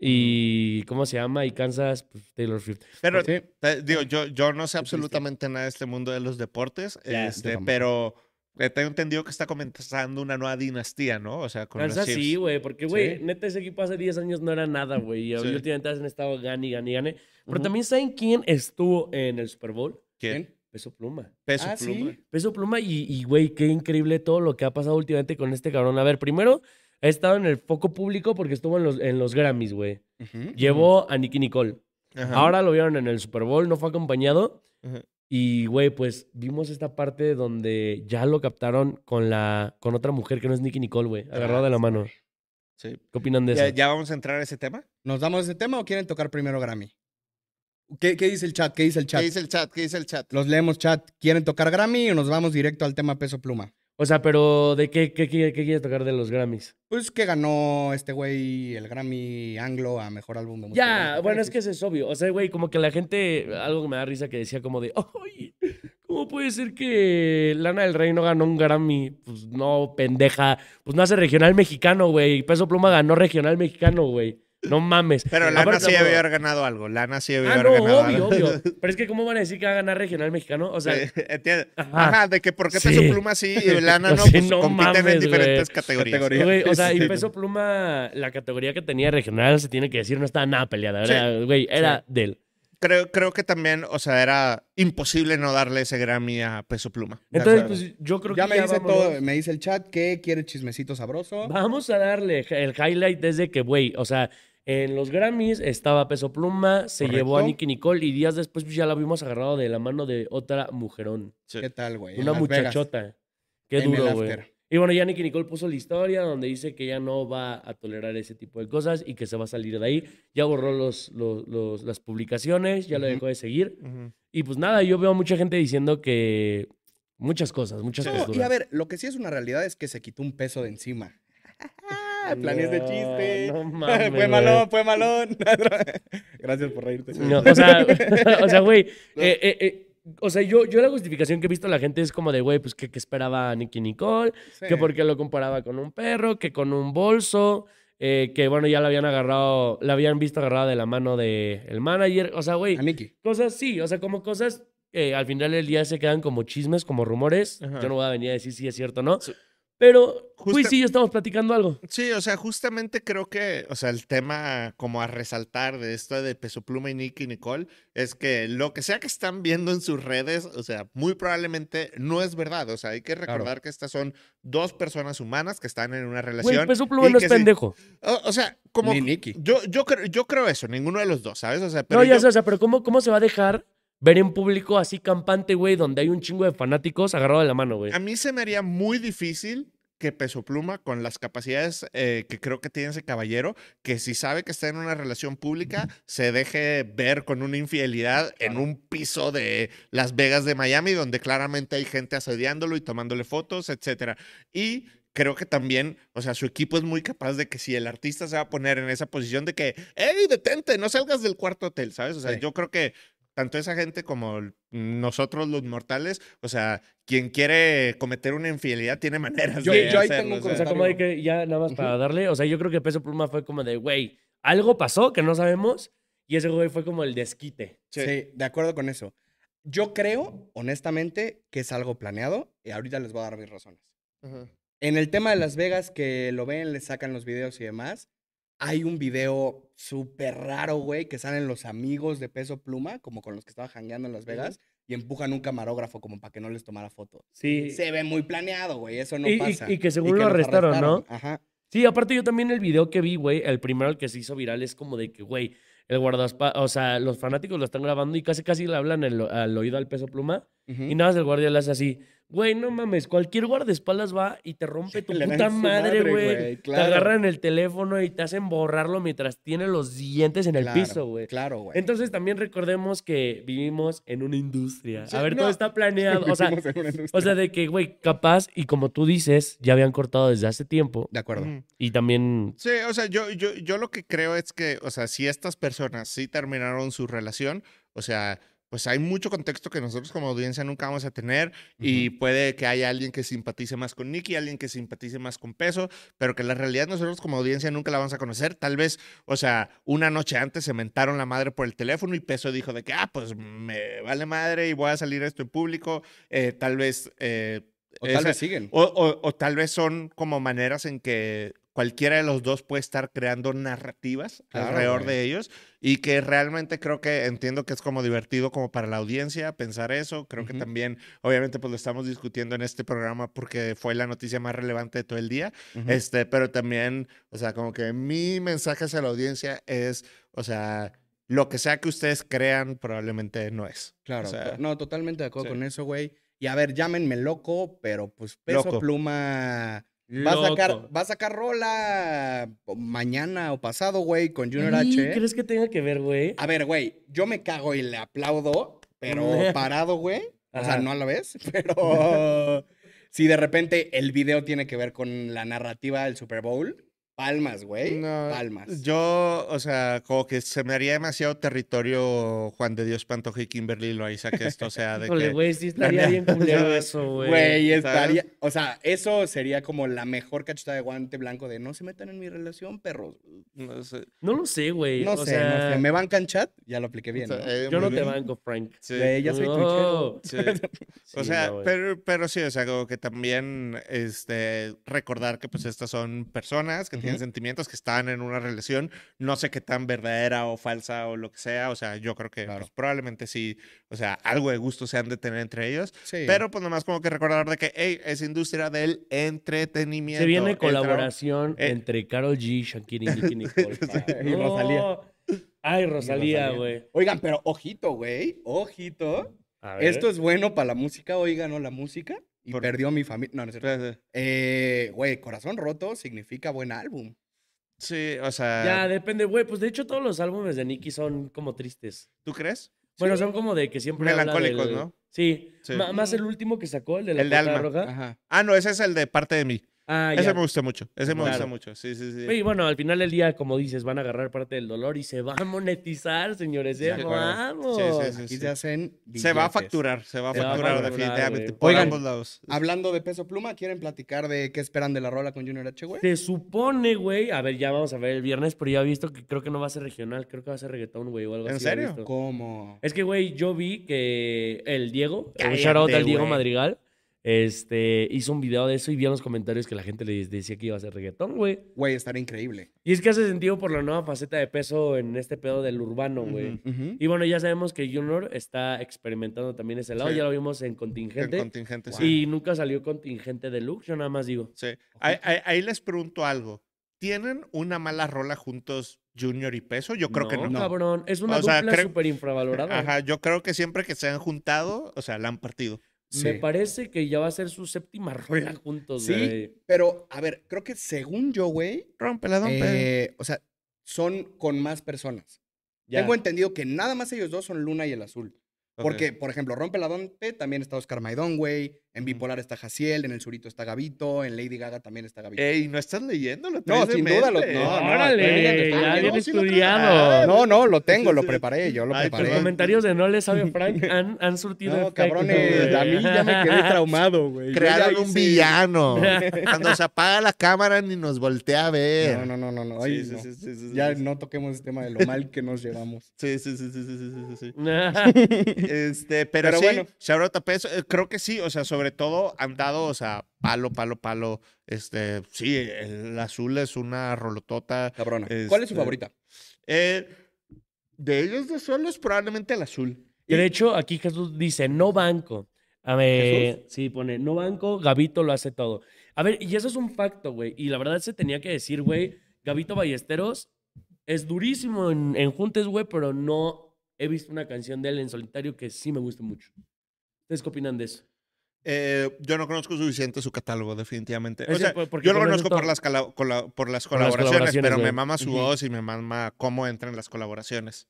S3: Mm.
S2: Y, ¿cómo se llama? Y Kansas, pues, Taylor Swift.
S3: Pero,
S1: Pues Sí.
S3: te- digo, yo, yo no
S1: triste.
S3: sé absolutamente nada de este mundo de los deportes,
S1: Ya, yo
S3: este,
S1: tampoco.
S3: pero eh, tengo entendido que está comenzando una nueva dinastía, ¿no? O sea,
S1: Ah,
S3: con los
S2: Kansas sí,
S3: Chiefs.
S2: güey, porque, güey,
S1: Sí.
S2: neta, ese equipo hace 10 años no era nada, güey. Y
S3: Sí.
S2: últimamente han estado gane, y gane, y gane. Pero
S3: Ujú.
S2: también, ¿saben quién estuvo en el Super Bowl?
S3: ¿Quién?
S1: ¿Quién?
S2: Peso Pluma.
S3: Peso
S1: Ah,
S3: Pluma.
S1: ¿sí?
S2: Peso Pluma y, y, güey, qué increíble todo lo que ha pasado últimamente con este cabrón. A ver, primero, ha estado en el foco público porque estuvo en los, en los Grammys, güey.
S1: Ujú.
S2: Llevó a Nicky Nicole.
S3: Ajá.
S2: Ahora lo vieron en el Super Bowl, no fue acompañado.
S3: Ajá.
S2: Y, güey, pues vimos esta parte donde ya lo captaron con la con otra mujer que no es Nicky Nicole, güey. Agarrado de la mano.
S3: Sí.
S2: ¿Qué opinan de eso?
S3: Ah, ¿Ya, ya vamos a entrar a ese tema?
S1: ¿Nos damos ese tema o quieren tocar primero Grammy? ¿Qué, qué dice el chat? ¿Qué dice el chat?
S3: ¿Qué dice el chat? ¿Qué dice el chat?
S1: Los leemos, chat. ¿Quieren tocar Grammy o nos vamos directo al tema peso pluma?
S2: O sea, pero ¿de qué, qué, qué- qué quieres tocar de los Grammys?
S1: Pues que ganó este güey el Grammy anglo a mejor álbum de música.
S2: Ya,
S1: electrónica.
S2: bueno, es que eso es obvio. O sea, güey, como que la gente, algo que me da risa que decía como de, ¡ay! ¿Cómo puede ser que Lana del Rey no ganó un Grammy? Pues no, pendeja. Pues no hace regional mexicano, güey. Peso Pluma ganó regional mexicano, güey. No mames.
S3: Pero Lana
S2: Aparte,
S3: sí
S2: tampoco-
S3: debió haber ganado algo. Lana sí debió
S2: Ah,
S3: haber
S2: no,
S3: ganado
S2: obvio,
S3: algo. (laughs)
S2: obvio. Pero es que, ¿cómo van a decir que va a ganar regional mexicano? O sea,
S3: Sí, entiendo.
S2: Ajá.
S3: Ajá. de que por qué
S2: Sí.
S3: Peso
S2: (laughs)
S3: Pluma sí y Lana no,
S2: Sí,
S3: pues
S2: no
S3: compiten
S2: mames,
S3: en diferentes
S2: güey.
S3: categorías.
S1: Categoría.
S2: güey, o sea, y
S1: Sí.
S2: peso pluma, la categoría que tenía regional, se tiene que decir, no estaba nada peleada.
S3: Sí.
S2: Era, güey, era del.
S3: Creo, creo que también, o sea, era imposible no darle ese Grammy a Peso Pluma.
S1: De
S2: Entonces,
S1: acuerdo.
S2: pues yo creo
S1: Ya
S2: que
S1: me dice
S2: vámonos.
S1: todo, me dice el chat que quiere chismecito sabroso.
S2: Vamos a darle el highlight desde que, güey, o sea, en los Grammys estaba Peso Pluma, se
S1: Correcto.
S2: llevó a Nicki Nicole y días después pues, ya la vimos agarrado de la mano de otra mujerón,
S1: ¿Qué tal, güey? En
S2: una
S1: Las Vegas,
S2: muchachota. Qué
S1: en el
S2: duro, güey.
S1: after.
S2: Y bueno, ya Nicki Nicole puso la historia donde dice que ya no va a tolerar ese tipo de cosas y que se va a salir de ahí. Ya borró los, los- los- las publicaciones, ya lo
S1: Ujú.
S2: dejó de seguir.
S3: Ujú.
S2: Y pues nada, yo veo mucha gente diciendo que muchas cosas, muchas
S1: No,
S2: cosas.
S1: y a ver, lo que sí es una realidad es que se quitó un peso de
S2: (laughs)
S1: encima. Planes de chiste.
S2: No,
S1: (laughs) fue
S2: mames, güey.
S1: malón, fue malón. (laughs) Gracias por reírte.
S2: No, o sea, (laughs) o sea, güey, eh, eh, eh, o sea, yo, yo la justificación que he visto a la gente es como de, güey, pues que, que esperaba a Nicky Nicole,
S1: Sí.
S2: que porque lo comparaba con un perro, que con un bolso, eh, que bueno, ya la habían agarrado, la habían visto agarrada de la mano del el manager, o sea, güey,
S1: A Nicky.
S2: cosas sí, o sea, como cosas que al final del día se quedan como chismes, como rumores,
S3: Ajá.
S2: yo no voy a venir a decir si es cierto o no,
S3: Sí.
S2: pero, güey,
S3: Justa-
S2: sí, yo estamos platicando algo.
S3: Sí, o sea, justamente creo que, o sea, el tema como a resaltar de esto de Peso Pluma y Nicky Nicole es que lo que sea que están viendo en sus redes, o sea, muy probablemente no es verdad. O sea, hay que recordar que estas son dos personas humanas que están en una relación.
S2: Güey, Peso Pluma
S3: y
S2: no es
S3: que sí-
S2: pendejo.
S3: o, o sea, como...
S1: Ni Nicky.
S3: Yo, yo, creo, yo creo eso, ninguno de los dos, ¿sabes? O sea, pero
S2: No, ya
S3: yo-
S2: sé, o sea, pero ¿cómo, ¿cómo se va a dejar ver en público así campante, güey, donde hay un chingo de fanáticos agarrado de la mano, güey?
S3: A mí se me haría muy difícil que Peso Pluma, con las capacidades eh, que creo que tiene ese caballero, que si sabe que está en una relación pública, se deje ver con una infidelidad en
S1: Claro.
S3: un piso de Las Vegas de Miami, donde claramente hay gente asediándolo y tomándole fotos, etcétera. Y creo que también, o sea, su equipo es muy capaz de que si el artista se va a poner en esa posición de que, hey, detente, no salgas del cuarto hotel, ¿sabes? O sea,
S1: Sí.
S3: yo creo que tanto esa gente como el- nosotros los mortales, o sea, quien quiere cometer una infidelidad tiene maneras
S1: Yo-
S3: de
S1: yo ahí tengo
S3: hacerlo,
S1: un
S2: o sea,
S1: comentario.
S2: como de que ya nada más para darle, o sea, yo creo que Peso Pluma fue como de, güey, algo pasó que no sabemos y ese güey fue como el desquite.
S1: Sí. de acuerdo con eso. Yo creo, honestamente, que es algo planeado y ahorita les voy a dar mis razones.
S3: Ajá.
S1: En el tema de Las Vegas, que lo ven, les sacan los videos y demás, hay un video súper raro, güey, que salen los amigos de Peso Pluma, como con los que estaba jangueando en Las Vegas, y empujan un camarógrafo como para que no les tomara foto.
S2: Sí.
S1: Se ve muy planeado, güey, eso no
S2: Y- y-
S1: pasa.
S2: y que según lo
S1: los
S2: arrestaron,
S1: ¿no? Ajá.
S2: Sí, aparte yo también el video que vi, güey, el primero que se hizo viral es como de que, güey, el guardaespaldas, o sea, los fanáticos lo están grabando y casi casi le hablan al, al oído al peso pluma
S1: Ujú.
S2: Y nada más el guardia le hace así. Güey, no mames, cualquier guardaespaldas va y te rompe
S1: (laughs)
S2: tu
S1: Le dan
S2: puta
S1: su
S2: madre, güey.
S1: güey,
S2: Te
S1: claro,
S2: agarran el teléfono y te hacen borrarlo mientras tiene los dientes en el
S1: claro,
S2: piso, güey.
S1: Claro, güey.
S2: Entonces también recordemos que vivimos en una industria.
S1: Sí,
S2: a ver,
S1: no.
S2: todo
S1: (laughs)
S2: está planeado. O sea,
S1: Vivimos en una industria.
S2: o sea, de que, güey, capaz, y como tú dices, ya habían cortado desde hace tiempo.
S1: de acuerdo.
S3: Ujú.
S2: Y también,
S3: Sí, o sea, yo, yo, yo lo que creo es que, o sea, si estas personas sí terminaron su relación, o sea, pues hay mucho contexto que nosotros como audiencia nunca vamos a tener y puede que haya alguien que simpatice más con Nicky, alguien que simpatice más con Peso, pero que la realidad nosotros como audiencia nunca la vamos a conocer. Tal vez, o sea, una noche antes se mentaron la madre por el teléfono y Peso dijo de que, ah, pues me vale madre y voy a salir esto en público. Eh, tal vez... eh,
S1: O tal
S3: esa-
S1: vez siguen.
S3: o, o- o tal vez son como maneras en que cualquiera de los dos puede estar creando narrativas
S1: Claro,
S3: alrededor
S1: güey.
S3: de ellos y que realmente creo que entiendo que es como divertido como para la audiencia pensar eso. Creo que
S1: Ujú.
S3: también, obviamente, pues lo estamos discutiendo en este programa porque fue la noticia más relevante de todo el día.
S1: Ujú.
S3: Este, pero también, o sea, como que mi mensaje hacia la audiencia es, o sea, lo que sea que ustedes crean probablemente no es. O
S1: Claro,
S3: sea,
S1: to- no, totalmente de acuerdo
S3: sí.
S1: con eso, güey. Y a ver, llámenme loco, pero pues peso
S3: Loco.
S1: pluma. Va a, sacar,
S2: Loco.
S1: va a sacar rola mañana o pasado, güey, con Junior
S2: ¿Y
S1: H.
S2: ¿Crees que tenga que ver, güey?
S1: A ver, güey, yo me cago y le aplaudo,
S2: (laughs)
S1: pero parado, güey. O sea,
S2: Ajá.
S1: no a la vez, (laughs) pero si de repente el video tiene que ver con la narrativa del Super Bowl, palmas, güey.
S3: No,
S1: palmas.
S3: Yo, o sea, como que se me haría demasiado territorio Juan de Dios Pantoja y Kimberly Loaiza que esto sea de
S2: Híjole,
S3: que...
S2: güey, sí estaría bien
S3: planeado.
S1: (laughs)
S2: culero eso, güey.
S1: Güey,
S3: ¿sabes?
S1: estaría. O sea, eso sería como la mejor cachetada de guante blanco de no se metan en mi relación, perros.
S3: no sé,
S2: No lo sé, güey.
S1: No
S2: o
S1: sé,
S2: sea,
S1: no sé. ¿Me bancan chat? Ya lo apliqué
S3: o
S1: bien.
S3: sea,
S1: ¿no?
S3: eh,
S2: Yo
S3: muy
S2: no te
S3: bien.
S2: banco, Frank.
S3: Sí,
S1: Güey, ya soy trinchero.
S2: No.
S3: sí.
S2: (laughs) Sí,
S3: O sea,
S2: no, güey.
S3: pero, pero sí, o sea, como que también este, recordar que pues estas son personas que tienen
S1: Ujú.
S3: sentimientos, que están en una relación, no sé qué tan verdadera o falsa o lo que sea, o sea, yo creo que
S1: Claro.
S3: pues, probablemente sí, o sea, algo de gusto se han de tener entre ellos,
S1: Sí.
S3: Pero pues nomás como que recordar de que hey, es industria del entretenimiento.
S2: Se viene
S3: El trabajo-
S2: colaboración
S3: eh.
S2: entre Carol G, Shakira y (laughs) Nicki Nicole. pa.
S1: Y Rosalía.
S2: Ay,
S1: Rosalía.
S2: Rosalía, güey.
S1: Oigan, pero ojito, güey. Ojito.
S2: A ver.
S1: Esto es bueno para la música. Hoy ganó la música y
S3: Por-
S1: perdió mi familia. No, no es cierto. Eh, Güey, corazón roto significa buen álbum.
S3: Sí, o sea,
S2: Ya, depende, güey. Pues de hecho, todos los álbumes de Nicki son como tristes.
S3: ¿tú crees?
S2: Bueno, son como de que siempre. habla
S3: Melancólicos,
S2: del-
S3: ¿no?
S2: Sí.
S3: Sí.
S2: Ma- más el último que sacó, el de la
S3: El de
S2: puerta
S3: Alma.
S2: roja.
S1: Ajá.
S3: Ah, no, ese es el de parte de mí.
S2: Ah,
S3: ese
S2: ya.
S3: me gusta mucho. Ese me gusta
S2: Claro.
S3: mucho. Sí, sí, sí.
S2: Y bueno, al final del día, como dices, van a agarrar parte del dolor y se va a monetizar, señores.
S3: De
S2: eh,
S3: acuerdo.
S2: Vamos.
S3: Sí, sí, sí,
S1: Aquí
S3: sí.
S1: se hacen.
S3: Se va a
S1: billetes.
S3: facturar, se va a
S2: Se va a
S3: facturar
S2: facturar,
S3: definitivamente
S2: güey.
S3: por
S1: Oigan,
S3: ambos lados.
S1: Hablando de peso pluma, ¿quieren platicar de qué esperan de la rola con Junior H, güey?
S2: Se supone, güey. A ver, ya vamos a ver el viernes, pero ya he visto que creo que no va a ser regional, creo que va a ser reggaetón, güey, o algo
S3: ¿En
S2: así, ya he
S3: serio?
S2: visto.
S1: ¿Cómo?
S2: Es que, güey, yo vi que el Diego, un
S3: Cállate,
S2: shout out al Diego
S3: güey.
S2: Madrigal, este, hizo un video de eso y vi en los comentarios que la gente le decía que iba a ser reggaetón, güey.
S1: Güey, estará increíble.
S2: Y es que hace sentido por la nueva faceta de peso en este pedo del urbano, güey.
S3: Ujú.
S1: Ujú.
S2: Y bueno, ya sabemos que Junior está experimentando también ese lado,
S3: Sí.
S2: ya lo vimos en
S3: El
S2: Contingente.
S3: contingente, sí.
S2: Y nunca salió Contingente Deluxe, yo nada más digo.
S3: Sí. Ahí, ahí- ahí les pregunto algo. ¿Tienen una mala rola juntos Junior y Peso? Yo creo que no.
S2: cabrón. Es una
S3: O sea,
S2: dupla
S3: creo-
S2: súper infravalorada.
S3: Ajá, yo creo que siempre que se han juntado, o sea, la han partido.
S2: Me
S1: Sí.
S2: parece que ya va a ser su séptima (laughs) rola juntos,
S1: Sí,
S2: güey.
S1: Pero, a ver, creo que según yo, güey,
S3: Rómpela, rompe.
S1: eh, o sea, son con más personas.
S2: Ya.
S1: Tengo entendido que nada más ellos dos son Luna y el Azul. Porque, por ejemplo, Rompe la Donte también está Oscar Maidón, güey. En
S3: Ujú.
S1: Bipolar está Jaciel, en El Surito está Gavito, en Lady Gaga también está Gavito.
S3: Ey, no estás leyéndolo.
S1: No, sin duda lo- no, no,
S2: ¡Órale!
S1: estoy leyendo, estoy
S2: ya
S1: leyendo,
S2: bien
S1: sí lo traigo.
S2: estudiado.
S1: No, no, lo tengo,
S3: (laughs) sí,
S1: lo
S3: sí.
S1: preparé, yo lo
S3: Ay,
S2: Los
S3: perdón.
S1: preparé.
S2: comentarios de No le sabe
S1: (laughs)
S2: Frank han, han surtido
S1: No,
S2: efecto,
S1: cabrones,
S2: güey.
S1: a mí ya me
S3: (laughs)
S1: quedé
S2: (laughs)
S1: traumado, güey. Yo ya
S3: Crearon un
S1: hice-
S3: (laughs) villano. Cuando se apaga la cámara ni nos voltea a ver.
S1: No, no, no, no, no. ay,
S3: sí,
S1: no.
S3: sí, sí, sí, sí,
S1: Ya
S3: sí.
S1: no toquemos el tema de lo mal que nos llevamos.
S3: Sí, sí, sí, sí, sí, sí, sí, sí,
S1: (laughs)
S3: sí.
S2: Nah,
S3: Este, pero,
S1: Pero
S3: sí,
S1: bueno.
S3: shout out a Peso, eh, creo que sí, o sea, sobre todo han dado, o sea, palo, palo, palo, este, sí, el azul es una rolotota.
S1: Cabrona. ¿Cuál es su
S3: Este,
S1: favorita?
S3: Eh, de ellos dos solos, probablemente el azul.
S2: que de hecho, aquí Jesús dice, no banco. A ver, sí, pone, no banco, Gabito lo hace todo. A ver, y eso es un facto, güey. Y la verdad se tenía que decir, güey, Gabito Ballesteros es durísimo en, en juntes, güey, pero no he visto una canción de él en solitario que sí me gusta mucho. ¿Ustedes qué opinan de eso?
S3: Eh, yo no conozco suficiente su catálogo, definitivamente.
S2: Es
S3: O sea,
S2: por- porque
S3: yo lo
S2: conoces
S3: conozco
S2: todo.
S3: por las, cala- cola- por las
S2: Por las
S3: colaboraciones,
S2: colaboraciones,
S3: pero
S2: güey.
S3: me mama su
S2: Ujú.
S3: voz y me mama cómo entran las colaboraciones.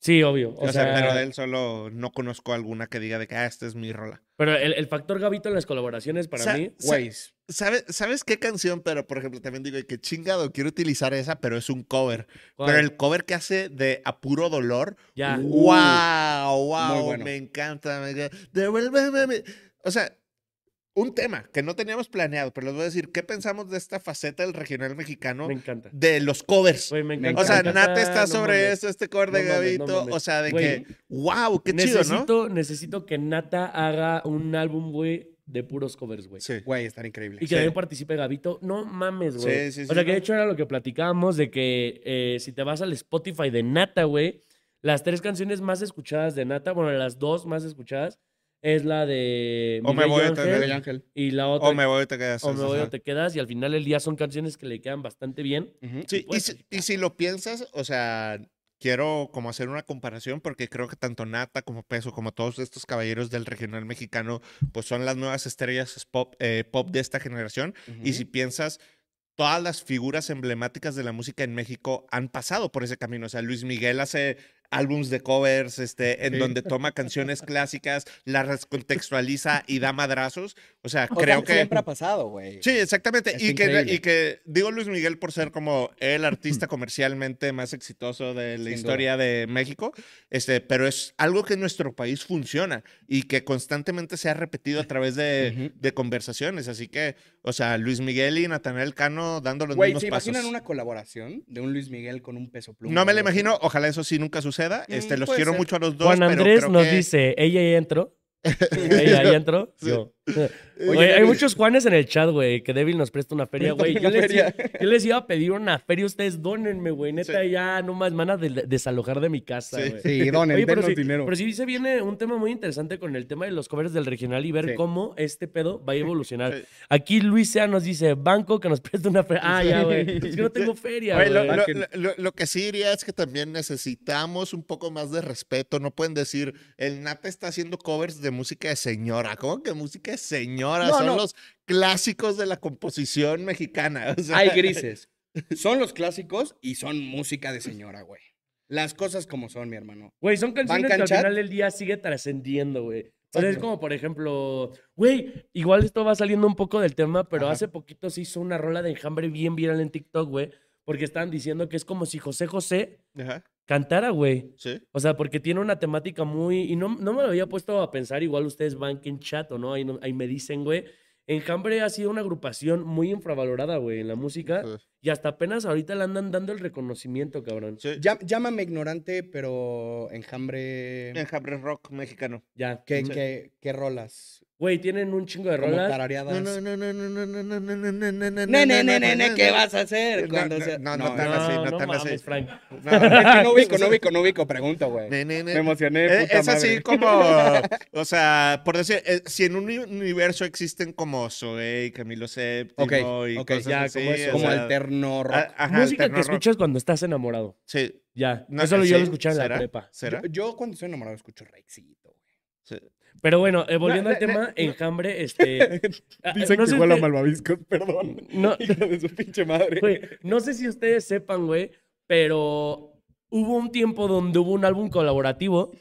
S2: Sí, obvio. O,
S3: O, sea,
S2: sea,
S3: pero de él solo no conozco alguna que diga de que ah, esta es mi rola.
S2: pero el, el factor Gavito en las colaboraciones para
S3: O sea,
S2: mí.
S3: sa-
S1: Güey,
S3: ¿sabe- ¿Sabes qué canción? Pero, por ejemplo, también digo que chingado, quiero utilizar esa, pero es un cover. Pero el cover que hace de A Puro Dolor,
S2: Ya.
S1: Uh,
S3: ¡Wow! ¡Wow!
S1: bueno.
S3: Me encanta. me encanta. Devuélveme mi- O sea, un tema que no teníamos planeado, pero les voy a decir, ¿qué pensamos de esta faceta del regional mexicano?
S2: Me encanta.
S3: De los covers.
S2: Güey, me
S1: Me
S2: encanta.
S3: O sea,
S1: encanta.
S3: Nate está
S2: No
S3: sobre
S2: mames.
S3: eso, este cover de
S2: No mames, no
S3: Gabito.
S2: mames.
S3: o sea, de
S2: Güey,
S3: que, wow, qué chido, ¿no?
S2: necesito, necesito que Nata haga un álbum, güey, de puros covers, güey.
S3: Sí.
S1: güey, estar increíble.
S2: Y que también participe Gabito. No mames, güey.
S3: Sí, sí,
S2: o
S3: sí,
S2: sea, que de
S3: no.
S2: hecho era lo que platicábamos de que eh, si te vas al Spotify de Nata, güey, las tres canciones más escuchadas de Nata, bueno, las dos más escuchadas, es la de
S3: O
S2: Mi
S3: me
S2: Bello
S3: voy a tener-
S1: Miguel
S2: Ángel
S1: Ángel.
S2: y la otra.
S3: O me voy, te quedas.
S2: o me voy o
S3: ajá.
S2: te quedas. Y al final del día son canciones que le quedan bastante bien.
S1: Ujú.
S3: Sí, y
S2: puedes
S3: si, y si lo piensas, o sea, quiero como hacer una comparación porque creo que tanto Nata como Peso, como todos estos caballeros del regional mexicano, pues son las nuevas estrellas pop, eh, pop de esta generación. Y si
S1: Ujú.
S3: piensas, todas las figuras emblemáticas de la música en México han pasado por ese camino. O sea, Luis Miguel hace álbums de covers, este, en
S1: Sí.
S3: donde toma canciones clásicas,
S1: (laughs)
S3: las recontextualiza y da madrazos. O sea,
S1: O sea,
S3: creo que...
S1: Siempre ha pasado, güey.
S3: Sí, exactamente.
S1: Está
S3: Y que,
S1: increíble.
S3: y que digo Luis Miguel por ser como
S1: (clears throat)
S3: el artista comercialmente más exitoso de la
S1: Sin
S3: historia de México, este, pero es algo que en nuestro país funciona y que constantemente se ha repetido a través de,
S1: Ujú.
S3: de conversaciones. Así que, o sea, Luis Miguel y Natanael Cano dando los
S1: Güey,
S3: mismos
S1: ¿se
S3: pasos.
S1: imaginan una colaboración de un Luis Miguel con un peso pluma?
S3: No me
S1: o
S3: lo
S1: algo así?
S3: imagino, ojalá eso sí nunca suceda. Este,
S1: Mm,
S3: los
S1: puede
S3: quiero
S1: ser.
S3: mucho a los dos.
S2: Juan
S3: pero
S2: Andrés
S3: creo
S2: nos
S3: que-
S2: dice, ella ya entró. ella ya entró.
S3: Sí.
S2: Yo.
S1: Oye,
S2: Güey, hay
S1: David.
S2: muchos Juanes en el chat, güey, que Devil nos presta una feria, güey. Yo,
S1: Préstame
S2: les
S1: una
S2: iba- yo les iba a pedir una feria, ustedes dónenme, güey. Neta, ya no más, van a de- desalojar de mi casa,
S3: Sí.
S2: güey.
S1: Sí, donen,
S2: Oye, pero
S1: denos
S2: sí-
S1: dinero.
S2: Pero sí se viene un tema muy interesante con el tema de los covers del regional y ver
S1: Sí.
S2: cómo este pedo va a evolucionar.
S3: Sí.
S2: Aquí Luis Sea nos dice, banco que nos preste una feria. Ah, ya, güey. Es que no
S3: Sí.
S2: tengo feria,
S3: Oye,
S2: güey.
S3: lo, lo-
S1: Bajen.
S3: lo- lo que sí diría es que también necesitamos un poco más de respeto. No pueden decir, el Nata está haciendo covers de música de señora. ¿Cómo que música de señora?
S1: No,
S3: Son
S1: no.
S3: los clásicos de la composición mexicana. (laughs) o sea,
S1: Hay grises. Son los clásicos y son música de señora, güey. Las cosas como son, mi hermano.
S2: Güey, son canciones que al
S1: Chat.
S2: final del día sigue trascendiendo, güey. O sea, es
S3: Exacto.
S2: como, por ejemplo, güey, igual esto va saliendo un poco del tema, pero
S1: Ajá.
S2: hace poquito se hizo una rola de enjambre bien viral en TikTok, güey, porque estaban diciendo que es como si José José
S3: Ajá,
S2: cantara, güey.
S1: ¿Eh?
S3: sí.
S2: O sea, porque tiene una temática muy... Y no, no me lo había puesto a pensar, igual ustedes van que en chat o no, ahí, no- ahí me dicen, güey. Enjambre ha sido una agrupación muy infravalorada, güey, en la música.
S3: sí,
S2: Y hasta apenas ahorita le andan dando el reconocimiento, cabrón.
S3: sí.
S1: Llá- llámame ignorante, pero enjambre.
S3: Enjambre rock mexicano.
S2: Ya.
S1: ¿Qué,
S2: Ujú.
S1: qué, qué rolas?
S2: Güey, tienen un chingo de
S1: Como
S2: rolas.
S1: tarareadas.
S3: No, no, no, no, no, no, no, no, no, no, no, no, no,
S1: Nene,
S3: no,
S1: nene,
S3: no,
S1: nene, ¿qué
S3: no.
S1: vas a hacer?
S3: No,
S1: cuando
S3: no,
S1: sea-
S3: no, no tan
S1: es-
S3: así, no tan
S2: mames,
S3: así.
S2: Frank.
S1: (laughs)
S3: No.
S1: es que no ubico, no ubico, no ubico, pregunto, güey.
S3: Ne, ne, ne.
S1: Me emocioné.
S3: Eh,
S1: puta
S3: es así
S1: madre.
S3: como,
S1: (laughs)
S3: o sea, por decir, eh, si en un uni- universo existen como Zoe y Camilo Séptimo y
S1: ok,
S3: cosas
S2: ya,
S3: así,
S2: como eso,
S3: o
S1: Como
S3: sea, ah,
S1: alterno rock.
S3: a- ajá,
S2: Música que
S3: alterno rock.
S2: escuchas cuando estás enamorado.
S3: Sí,
S2: Ya.
S3: No, eh,
S2: Eso lo yo lo
S3: ¿sí?
S2: escuchaba en la
S3: ¿Será?
S2: prepa.
S3: ¿será?
S1: Yo, yo cuando estoy enamorado escucho Rexito, güey.
S3: Sí.
S2: Pero bueno, eh, volviendo
S3: No,
S2: al
S3: no,
S2: tema, enjambre,
S3: (laughs)
S2: este. ah,
S1: Dicen
S2: no
S1: que
S2: sé
S1: huele a
S2: usted-
S1: malvaviscos, (laughs) perdón.
S2: No,
S1: Hijo de su pinche madre.
S2: güey, no sé si ustedes sepan, güey, pero hubo un tiempo donde hubo un álbum colaborativo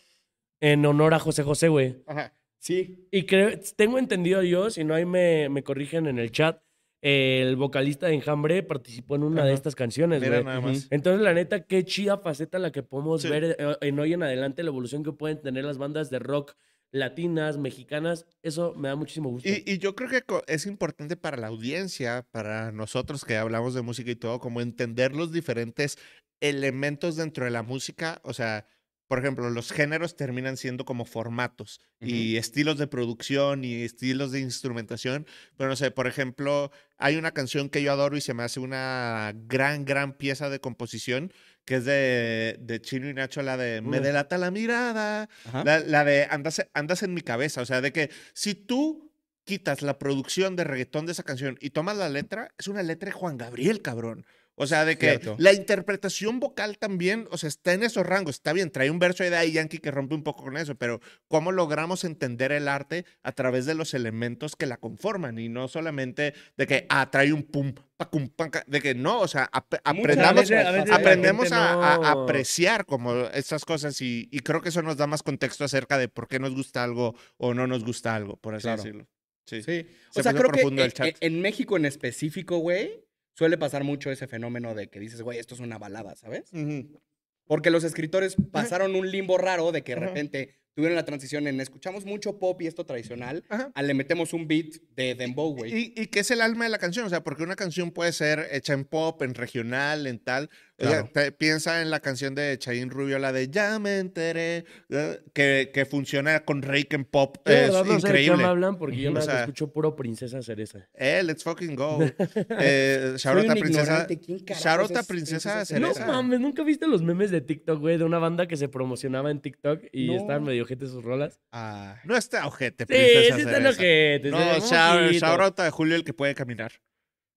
S2: en honor a José José, güey.
S3: Ajá.
S1: Sí.
S2: Y creo, tengo entendido yo, si no ahí me, me corrigen en el chat, el vocalista de Enjambre participó en una de
S3: Ajá.
S2: estas canciones,
S3: Mira
S2: Pues, güey.
S3: nada
S1: ujú.
S3: más.
S2: Entonces, la neta, qué chida faceta la que podemos
S3: Sí.
S2: ver eh, en hoy en adelante, la evolución que pueden tener las bandas de rock latinas, mexicanas. Eso me da muchísimo gusto.
S3: Y, y yo creo que co- es importante para la audiencia, para nosotros que hablamos de música y todo, como entender los diferentes elementos dentro de la música. O sea, por ejemplo, los géneros terminan siendo como formatos y estilos de producción y estilos de instrumentación. Pero no sé, por ejemplo, hay una canción que yo adoro y se me hace una gran, gran pieza de composición que es de, de Chino y Nacho, la de Me
S2: Uf.
S3: delata la mirada.
S1: Ajá.
S3: La, la de andas, andas en mi cabeza, o sea, de que si tú quitas la producción de reggaetón de esa canción y tomas la letra, es una letra de Juan Gabriel, cabrón. O sea, de que
S1: Cierto.
S3: la interpretación vocal también, o sea, está en esos rangos. Está bien, trae un verso ahí de ahí Yankee que rompe un poco con eso, pero ¿cómo logramos entender el arte a través de los elementos que la conforman? Y no solamente de que, ah, trae un pum, pacum, panca, de que no, o sea, ap-
S2: Muchas
S3: aprendamos
S2: veces- a veces la
S3: aprendemos
S2: gente
S3: a, a- a
S2: no-
S3: apreciar como estas cosas y, y creo que eso nos da más contexto acerca de por qué nos gusta algo o no nos gusta algo, por así
S1: Claro.
S3: decirlo. Sí.
S1: Sí.
S3: Se
S1: o sea,
S3: puso
S1: creo que
S3: profundo el
S1: en-
S3: chat.
S1: en- en México en específico, güey, suele pasar mucho ese fenómeno de que dices, güey, esto es una balada, ¿sabes?
S3: Ujú.
S1: Porque los escritores pasaron un limbo raro de que de
S3: Ajá.
S1: repente tuvieron la transición en escuchamos mucho pop y esto tradicional,
S3: Ajá.
S1: a le metemos un beat de dembow, güey.
S3: Y, y que es el alma de la canción, o sea, porque una canción puede ser hecha en pop, en regional, en tal. O sea,
S1: Claro.
S3: te- piensa en la canción de Chain Rubio, la de Ya me enteré, eh, que, que funciona con Rake en pop.
S2: Yo de
S3: Es
S2: verdad no sé de qué me
S3: increíble.
S2: hablan porque yo
S3: Ujú.
S2: nada
S3: O
S2: más
S3: sea-
S2: escucho puro princesa cereza.
S3: Eh, let's fucking (laughs) go. Eh, shout
S1: Soy
S3: out
S1: un
S3: a Princesa.
S1: ignorante, ¿quién carajos
S3: shout out a
S1: es
S3: Princesa
S1: Princesa
S2: No
S3: Cereza.
S2: mames, ¿nunca viste los memes de TikTok, güey? De una banda que se promocionaba en TikTok y
S1: No.
S2: estaban medio gente sus rolas.
S1: Ay.
S3: No está ojete,
S2: Ah, Sí,
S3: princesa.
S2: sí están
S3: Cereza.
S2: ojetes.
S3: No,
S2: eh,
S3: shout,
S2: poquito.
S3: shout out a Julio el que puede caminar.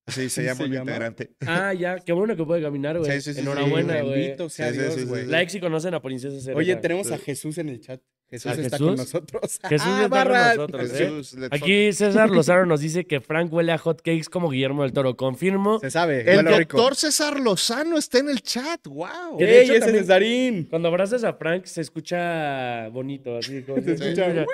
S3: Sí,
S1: ¿Sí
S3: se llama
S1: se
S3: un
S1: llama?
S3: integrante.
S2: Ah, ya, qué bueno que puede caminar, güey.
S3: Sí, sí, sí,
S2: Enhorabuena,
S3: sí,
S2: güey.
S1: Bendito sea
S3: Sí, sí,
S1: Dios,
S3: sí, sí,
S1: güey.
S3: sí.
S2: Like si conocen a Princesa Cereza.
S1: Oye, tenemos a
S3: Sí.
S1: Jesús en el chat. Jesús
S2: ¿A
S1: está
S2: Jesús?
S1: con nosotros.
S2: (laughs)
S1: Ah,
S2: Jesús está con
S1: barra!
S2: nosotros, ¿eh?
S3: Jesús, let's fuck-
S2: Aquí César Lozano nos dice que Frank huele a hot cakes como Guillermo del Toro. Confirmo.
S1: Se sabe.
S3: El
S1: huele rico.
S3: doctor César Lozano está en el chat. ¡Wow!
S2: Que de
S1: ¡Ey,
S2: hecho
S1: ese
S2: también-
S1: es
S2: (laughs)
S1: Darín!
S2: Cuando abrazas a Frank se escucha bonito, así como...
S1: Se escucha-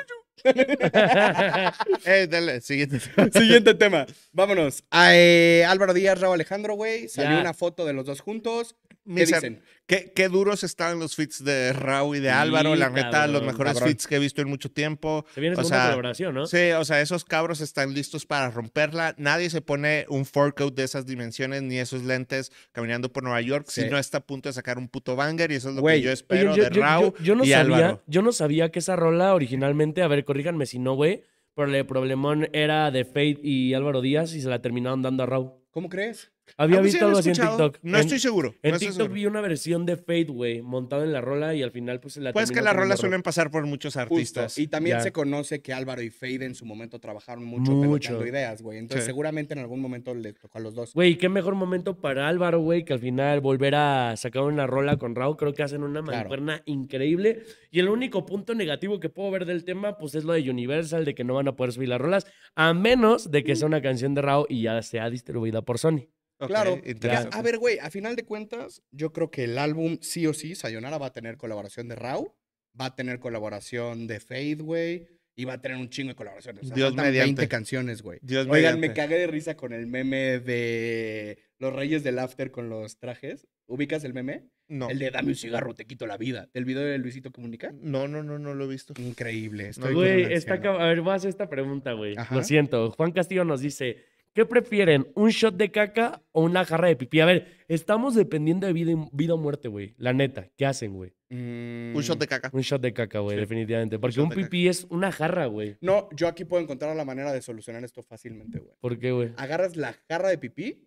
S3: Eh, dale, (laughs) siguiente.
S1: Siguiente tema. Vámonos. A, eh, Álvaro Díaz, Raúl Alejandro, güey. Salió
S2: Ya.
S1: una foto de los dos juntos. ¿Qué
S3: Mis
S1: dicen?
S3: Qué, qué duros estaban los fits de Raúl y de
S2: Sí,
S3: Álvaro. La neta, los
S2: cabrón,
S3: mejores
S1: cabrón.
S3: fits que he visto en mucho tiempo.
S2: Se viene
S3: O
S2: segunda
S3: sea,
S2: colaboración, ¿no?
S3: Sí, o sea, esos cabros están listos para romperla. Nadie se pone un fur coat de esas dimensiones ni esos lentes caminando por Nueva York
S1: Sí.
S3: si no está a punto de sacar un puto banger y eso es lo
S1: Güey,
S3: que yo
S1: oye,
S2: Oye,
S3: espero de Raúl
S2: yo- yo no
S3: y
S2: sabía,
S3: Álvaro.
S2: Yo no sabía que esa rola originalmente, a ver, corríjanme si no, güey, pero el problemón era de Fate y Álvaro Díaz y se la terminaron dando a Raúl.
S1: ¿Cómo crees?
S2: Había
S3: Ah, pues sí,
S2: visto
S3: lo he
S2: algo así en
S3: escuchado.
S2: TikTok.
S3: No
S2: En-
S3: estoy seguro.
S2: En
S3: no estoy
S2: TikTok
S3: seguro.
S2: vi una versión de Fade, güey, montada en la rola y al final pues se la
S3: Pues que
S2: terminó
S3: las rolas
S2: teniendo
S3: suelen pasar por muchos
S1: Justo.
S3: artistas.
S1: Y también
S2: Ya.
S1: se conoce que Álvaro y Fade en su momento trabajaron mucho,
S2: Mucho.
S1: peloteando ideas, güey. Entonces,
S3: Sí.
S1: seguramente en algún momento le tocó a los dos.
S2: rola. Güey, qué mejor momento para Álvaro, güey, que al final volver a sacar una rola con Raúl. Creo que hacen una
S1: Claro.
S2: mancuerna increíble. Y el único punto negativo que puedo ver del tema, pues es lo de Universal, de que no van a poder subir las rolas, a menos de que sea una canción de Raúl y ya sea distribuida por Sony.
S3: Ok,
S1: Claro. Ya,
S3: interesante.
S1: a ver, güey, a final de cuentas, yo creo que el álbum sí o sí, Sayonara va a tener colaboración de Rao, va a tener colaboración de Fade, güey, y va a tener un chingo de colaboraciones. O sea,
S3: Dios
S1: faltan
S3: mediante.
S1: 20 canciones, güey.
S3: Dios
S1: Oigan,
S3: mediante.
S1: me cagué de risa con el meme de los reyes del after con los trajes. ¿Ubicas el meme?
S3: No.
S1: El de dame un cigarro, te quito la vida. Del video de Luisito Comunica.
S3: no, no, no, no lo he visto.
S2: Mm,
S1: Increíble. Estoy con
S2: Güey,
S1: un
S2: está
S1: anciano.
S2: acab- A ver, voy a hacer esta pregunta, güey. Lo
S1: Ajá.
S2: siento. Juan Castillo nos dice: ¿Qué prefieren, un shot de caca o una jarra de pipí? A ver, estamos dependiendo de vida, y- vida o muerte, güey. La neta, ¿qué hacen, güey?
S1: Mm,
S3: Un shot de caca.
S2: Un shot de caca, güey,
S3: Sí.
S2: definitivamente. Porque
S3: shot
S2: un
S3: de caca.
S2: pipí es una jarra, güey.
S1: No, yo aquí puedo encontrar la manera de solucionar esto fácilmente, güey.
S2: ¿Por qué, güey?
S1: agarras la jarra de pipí,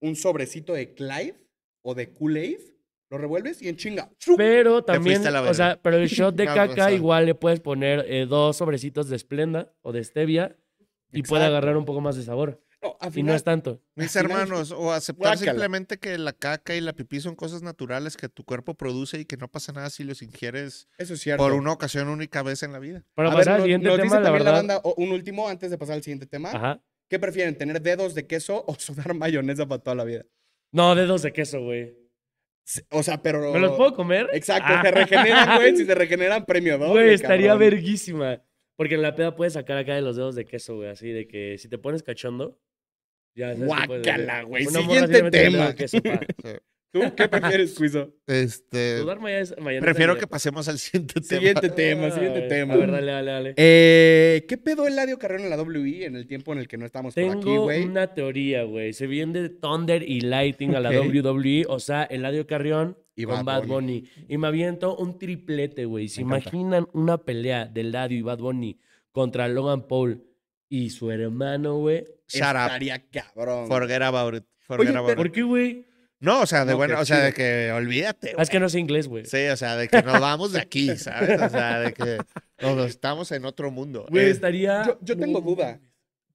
S1: un sobrecito de Clive o de Kool-Aid, lo revuelves y en chinga. ¡chup!
S2: Pero también,
S3: fuiste a la
S2: o
S3: verga.
S2: sea, pero el
S1: (laughs)
S2: shot de
S3: No,
S2: caca
S3: o sea.
S2: igual le puedes poner eh, dos sobrecitos de esplenda o de stevia y puede
S1: Exacto.
S2: agarrar un poco más de sabor.
S1: No, al
S2: Y no
S1: final,
S2: es tanto.
S3: Mis
S1: Al final-
S3: hermanos, o aceptar
S1: Guácala.
S3: simplemente que la caca y la pipí son cosas naturales que tu cuerpo produce y que no pasa nada si los ingieres
S1: eso es cierto.
S3: por una ocasión única vez en la vida.
S2: Para
S1: A ver,
S2: pasar al
S1: no-
S2: siguiente
S1: nos dice
S2: tema, la
S1: también
S2: verdad.
S1: banda, o- un último antes de pasar al siguiente tema.
S2: Ajá.
S1: ¿Qué prefieren, tener dedos de queso o sudar (laughs) mayonesa para toda la vida?
S2: No, dedos de queso, güey.
S1: Se- O sea, pero...
S2: ¿Me los puedo comer?
S1: Oh. Exacto,
S2: Ah.
S1: se regeneran, güey. Si se regeneran, premio doble,
S2: (laughs) Güey, estaría
S1: cabrón.
S2: verguísima. Porque en la peda puedes sacar acá de los dedos de queso, güey. Así de que si te pones cachondo, ya sabes que puedes-
S1: Guácala, güey,
S2: Una morra
S1: siguiente
S2: así le mete el
S1: tema.
S2: dedo de queso, pa.
S1: ¿Tú qué prefieres,
S2: (laughs)
S1: Cuiso?
S3: Este,
S2: Sudar mayonesa- mayonesa
S3: prefiero
S2: de-
S3: que pasemos al siguiente tema.
S1: Siguiente tema,
S2: Ah,
S1: siguiente
S2: güey.
S1: tema.
S2: A ver, dale, dale, dale.
S1: Eh, ¿Qué pedo el Eladio Carrero en la WI en el tiempo en el que no estamos por aquí,
S2: Tengo
S1: güey?
S2: una teoría, güey. Se viene Thunder y Lighting a la
S1: Ok.
S2: WWE, o sea, Eladio Carrión
S1: Y
S2: con
S1: Bad
S2: Bad Bunny. Y me aviento un triplete, güey. ¿Se
S1: Me encanta.
S2: imaginan una pelea de Eladio y Bad Bunny contra Logan Paul y su hermano, güey?
S3: Shut up.
S1: Estaría cabrón.
S3: Forget about it. Forget
S1: Oye,
S3: about
S1: pero-
S2: ¿Por
S3: it.
S2: qué, güey?
S3: No, o sea, de
S1: No,
S3: bueno,
S1: qué
S3: o sea, de
S1: chido.
S3: que olvídate.
S2: Ah, Es que no sé inglés, güey.
S3: Sí, o sea, de que nos vamos de aquí, ¿sabes? O sea, de que nos estamos en otro mundo.
S2: Güey,
S3: Eh,
S2: estaría.
S1: yo- yo tengo
S2: No,
S1: duda.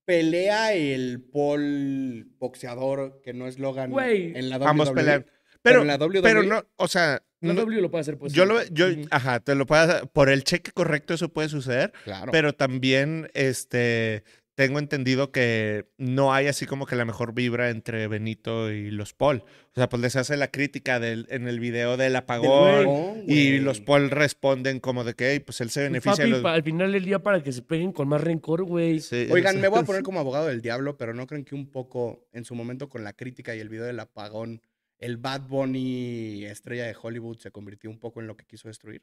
S1: pelea el Paul boxeador que no es Logan
S2: Güey.
S1: en la WWE.
S3: Ambos pelean.
S1: Pero
S3: Pero,
S1: en la WWE
S3: pero no, o sea,
S2: La
S3: no-
S2: W lo puede hacer pues, posible.
S3: yo lo, yo,
S1: Ujú.
S3: ajá, te lo puedo, por el cheque correcto eso puede suceder,
S1: Claro.
S3: pero también, este, tengo entendido que no hay así como que la mejor vibra entre Benito y los Paul. O sea, pues les hace la crítica del, en el video del apagón
S1: Dragón,
S3: y
S1: güey.
S3: los Paul responden como de que, "Ey, pues él se
S2: Pues,
S3: beneficia.
S2: papi,
S3: de los...
S2: pa- al final del día para que se peguen con más rencor, güey.
S3: Sí,
S1: Oigan,
S3: sí.
S1: me voy a
S3: (laughs)
S1: poner como abogado del diablo, pero no creen que un poco en su momento con la crítica y el video del apagón, el Bad Bunny estrella de Hollywood se convirtió un poco en lo que quiso destruir.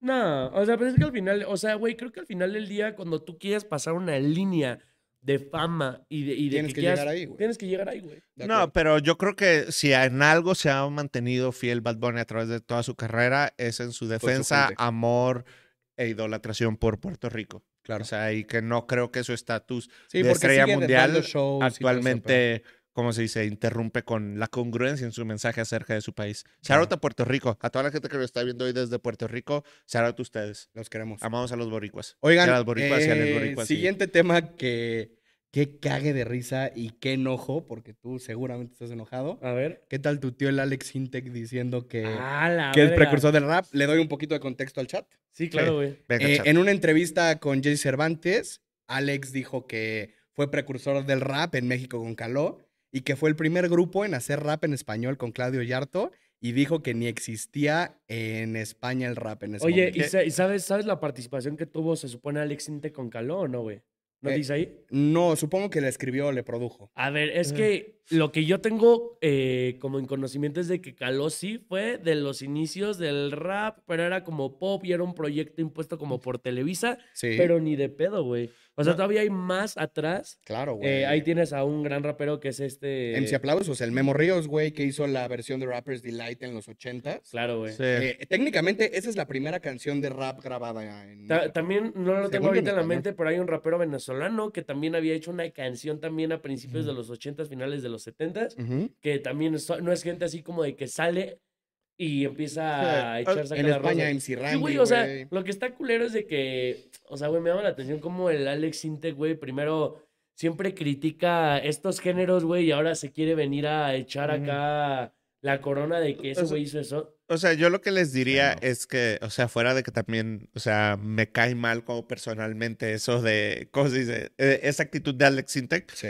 S2: No, o sea, pero es que al final, o sea, güey, creo que al final del día, cuando tú quieres pasar una línea de fama y de, y de
S1: Tienes que
S2: quieras-
S1: llegar ahí, güey.
S2: Tienes que llegar ahí, güey.
S1: De
S3: No, pues,
S1: acuerdo.
S3: pero yo creo que si en algo se ha mantenido fiel Bad Bunny a través de toda su carrera, es en su defensa,
S1: gente.
S3: amor e idolatración por Puerto Rico.
S1: claro.
S3: O sea, y que no creo que su estatus
S1: sí,
S3: de
S1: porque
S3: estrella
S1: sigue
S3: mundial
S1: dando shows y todo eso, pero-
S3: actualmente, como se dice, interrumpe con la congruencia en su mensaje acerca de su país. Shout out a Puerto Rico, a toda la gente que lo está viendo hoy desde Puerto Rico, shout out a ustedes.
S1: Los queremos.
S3: Amamos a los boricuas.
S1: Oigan,
S3: Y a las boricuas y a las
S1: eh,
S3: boricuas, sí.
S1: siguiente tema que, que cague de risa y qué enojo, porque tú seguramente estás enojado.
S2: A ver.
S1: ¿Qué tal tu tío el Alex Intec diciendo que,
S2: Ah, la
S1: que Eh, es
S2: verga.
S1: precursor del rap? Le doy un poquito de contexto al chat.
S2: Sí, claro, güey.
S3: Venga,
S1: Eh,
S3: chat.
S1: en una entrevista con Jay Cervantes, Alex dijo que fue precursor del rap en México con Caló y que fue el primer grupo en hacer rap en español con Claudio Yarto y dijo que ni existía en España el rap en ese
S2: Oye,
S1: momento.
S2: ¿y, sa- y sabes, sabes la participación que tuvo, se supone, Alex Inte con Caló o no, güey? ¿No
S1: Eh,
S2: dice ahí?
S1: No, supongo que le escribió o le produjo.
S2: A ver, es
S3: eh.
S2: que lo que yo tengo eh, como en conocimiento es de que Caló sí fue de los inicios del rap, pero era como pop y era un proyecto impuesto como por Televisa,
S1: Sí,
S2: pero ni de pedo, güey. O sea,
S3: No.
S2: todavía hay más atrás.
S1: claro, güey.
S2: Eh, ahí tienes a un gran rapero que es este...
S1: MC Aplausos, el Memo Ríos, güey, que hizo la versión de Rapper's Delight en los 80s.
S2: Claro, güey.
S3: Sí.
S1: Eh, técnicamente, esa es la primera canción de rap grabada en.
S2: Ta-
S1: México.
S2: también no lo
S1: Según yo, en
S2: tengo ahorita en la
S1: español.
S2: mente, pero hay un rapero venezolano que también había hecho una canción también a principios de los 80s, finales de los 70s,
S1: Ujú.
S2: que también es- no es gente así como de que sale y empieza a
S3: Sí,
S2: echarse
S1: Ah, En España, MC Randy, güey.
S2: Sí, güey, o sea, lo que está culero es de que, o sea, güey, me llama la atención como el Alex Intec, güey, primero siempre critica estos géneros, güey, y ahora se quiere venir a echar
S3: Ujú.
S2: acá la corona de que ese
S3: sea,
S2: güey hizo eso.
S3: O sea, yo lo que les diría
S1: Bueno.
S3: es que, o sea, fuera de que también, o sea, me cae mal como personalmente eso de, ¿cómo se dice? Eh, esa actitud de Alex Intec,
S1: Sí.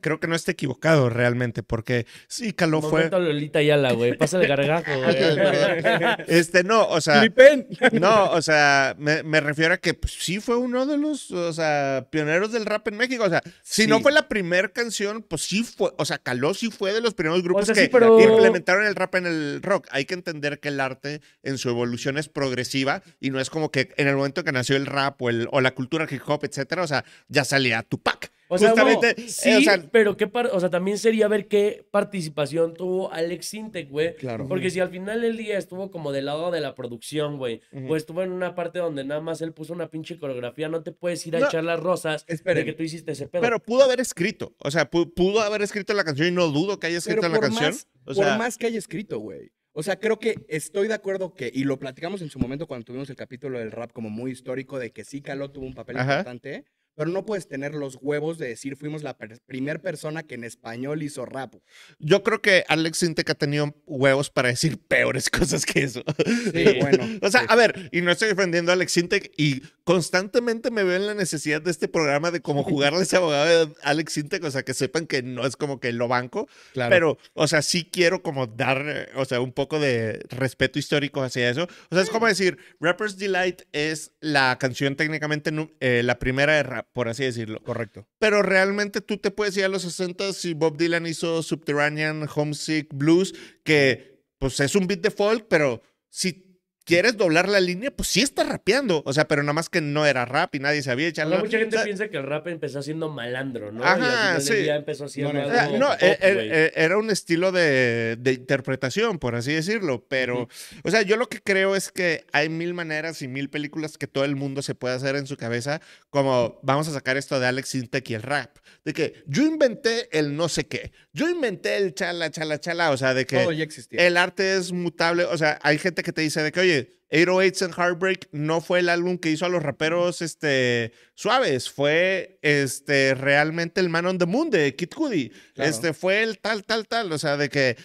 S3: creo que no está equivocado realmente, porque sí, Caló fue.
S2: Momento Lolita Yala, güey, pasa el gargajo, (laughs) güey.
S3: Este, no, o sea,
S1: Flipen.
S3: no, o sea, me, me refiero a que pues, sí fue uno de los, o sea, pioneros del rap en México. O sea, si no
S1: Sí.
S3: fue la primera canción, pues sí fue, o sea, Caló sí fue de los primeros grupos
S2: sea,
S3: que
S2: sí, pero-
S3: implementaron el rap en el rock. Hay que entender que el arte en su evolución es progresiva y no es como que en el momento que nació el rap o, el, o la cultura hip hop, etcétera, o sea, ya salía Tupac.
S2: O sea, bueno,
S3: Justamente, eh, o
S2: sí,
S3: sea,
S2: pero qué par- o sea, también sería ver qué participación tuvo Alex Intec, güey.
S1: Claro.
S2: Porque si al final del día estuvo como del lado de la producción, güey,
S3: Ujú.
S2: o estuvo en una parte donde nada más él puso una pinche coreografía, no te puedes ir a
S3: No.
S2: echar las rosas de
S1: Esperen.
S2: que tú hiciste ese pedo.
S3: Pero pudo haber escrito, o sea, pu- pudo haber escrito la canción y no dudo que haya escrito
S1: Pero
S3: la
S1: por
S3: canción.
S1: más, por
S3: o sea,
S1: más que haya escrito, güey. O sea, creo que estoy de acuerdo que, y lo platicamos en su momento cuando tuvimos el capítulo del rap como muy histórico, de que sí Caló tuvo un papel
S3: Ajá.
S1: importante, pero no puedes tener los huevos de decir fuimos la per- primer persona que en español hizo rap.
S3: Yo creo que Alex Intec ha tenido huevos para decir (laughs) peores cosas que eso. (laughs)
S1: Sí, bueno.
S3: O sea,
S1: sí.
S3: a ver, y no estoy defendiendo a Alex Intec y constantemente me veo en la necesidad de este programa de como jugarle ese abogado de Alex Intec, o sea, que sepan que no es como que lo banco,
S1: Claro.
S3: pero, o sea, sí quiero como dar, eh, o sea, un poco de respeto histórico hacia eso. O sea, es como decir, Rapper's Delight es la canción técnicamente nu- eh, la primera de rap, por así decirlo.
S1: Correcto.
S3: Pero realmente tú te puedes ir a los 60 si Bob Dylan hizo Subterranean, Homesick, Blues, que pues es un beat de folk, pero si quieres doblar la línea, pues sí está rapeando. O sea, pero nada más que no era rap y nadie
S2: O
S3: sabía echarlo.
S2: sea, mucha gente
S3: O sea,
S2: piensa que el rap empezó siendo malandro, ¿no? y
S3: Ajá,
S2: al final del
S3: sí.
S2: día empezó siendo
S1: no,
S2: algo
S3: eh, no,
S2: pop,
S3: eh,
S2: güey.
S3: eh, era un estilo de, de interpretación, por así decirlo, pero, o sea, yo lo que creo es que hay mil maneras y mil películas que todo el mundo se puede hacer en su cabeza, como vamos a sacar esto de Alex Sintek y el rap, de que yo inventé el no sé qué, yo inventé el
S2: Oh,
S3: chala, chala, chala, o sea, de que eh,
S1: Todo ya existía.
S3: el arte es mutable, o sea, hay gente que te dice de que, oye, 808s and Heartbreak no fue el álbum que hizo a los raperos este, suaves, fue este, realmente el Man on the Moon de Kid Cudi.
S1: Claro.
S3: Este, fue el tal, tal, tal, o sea, de que,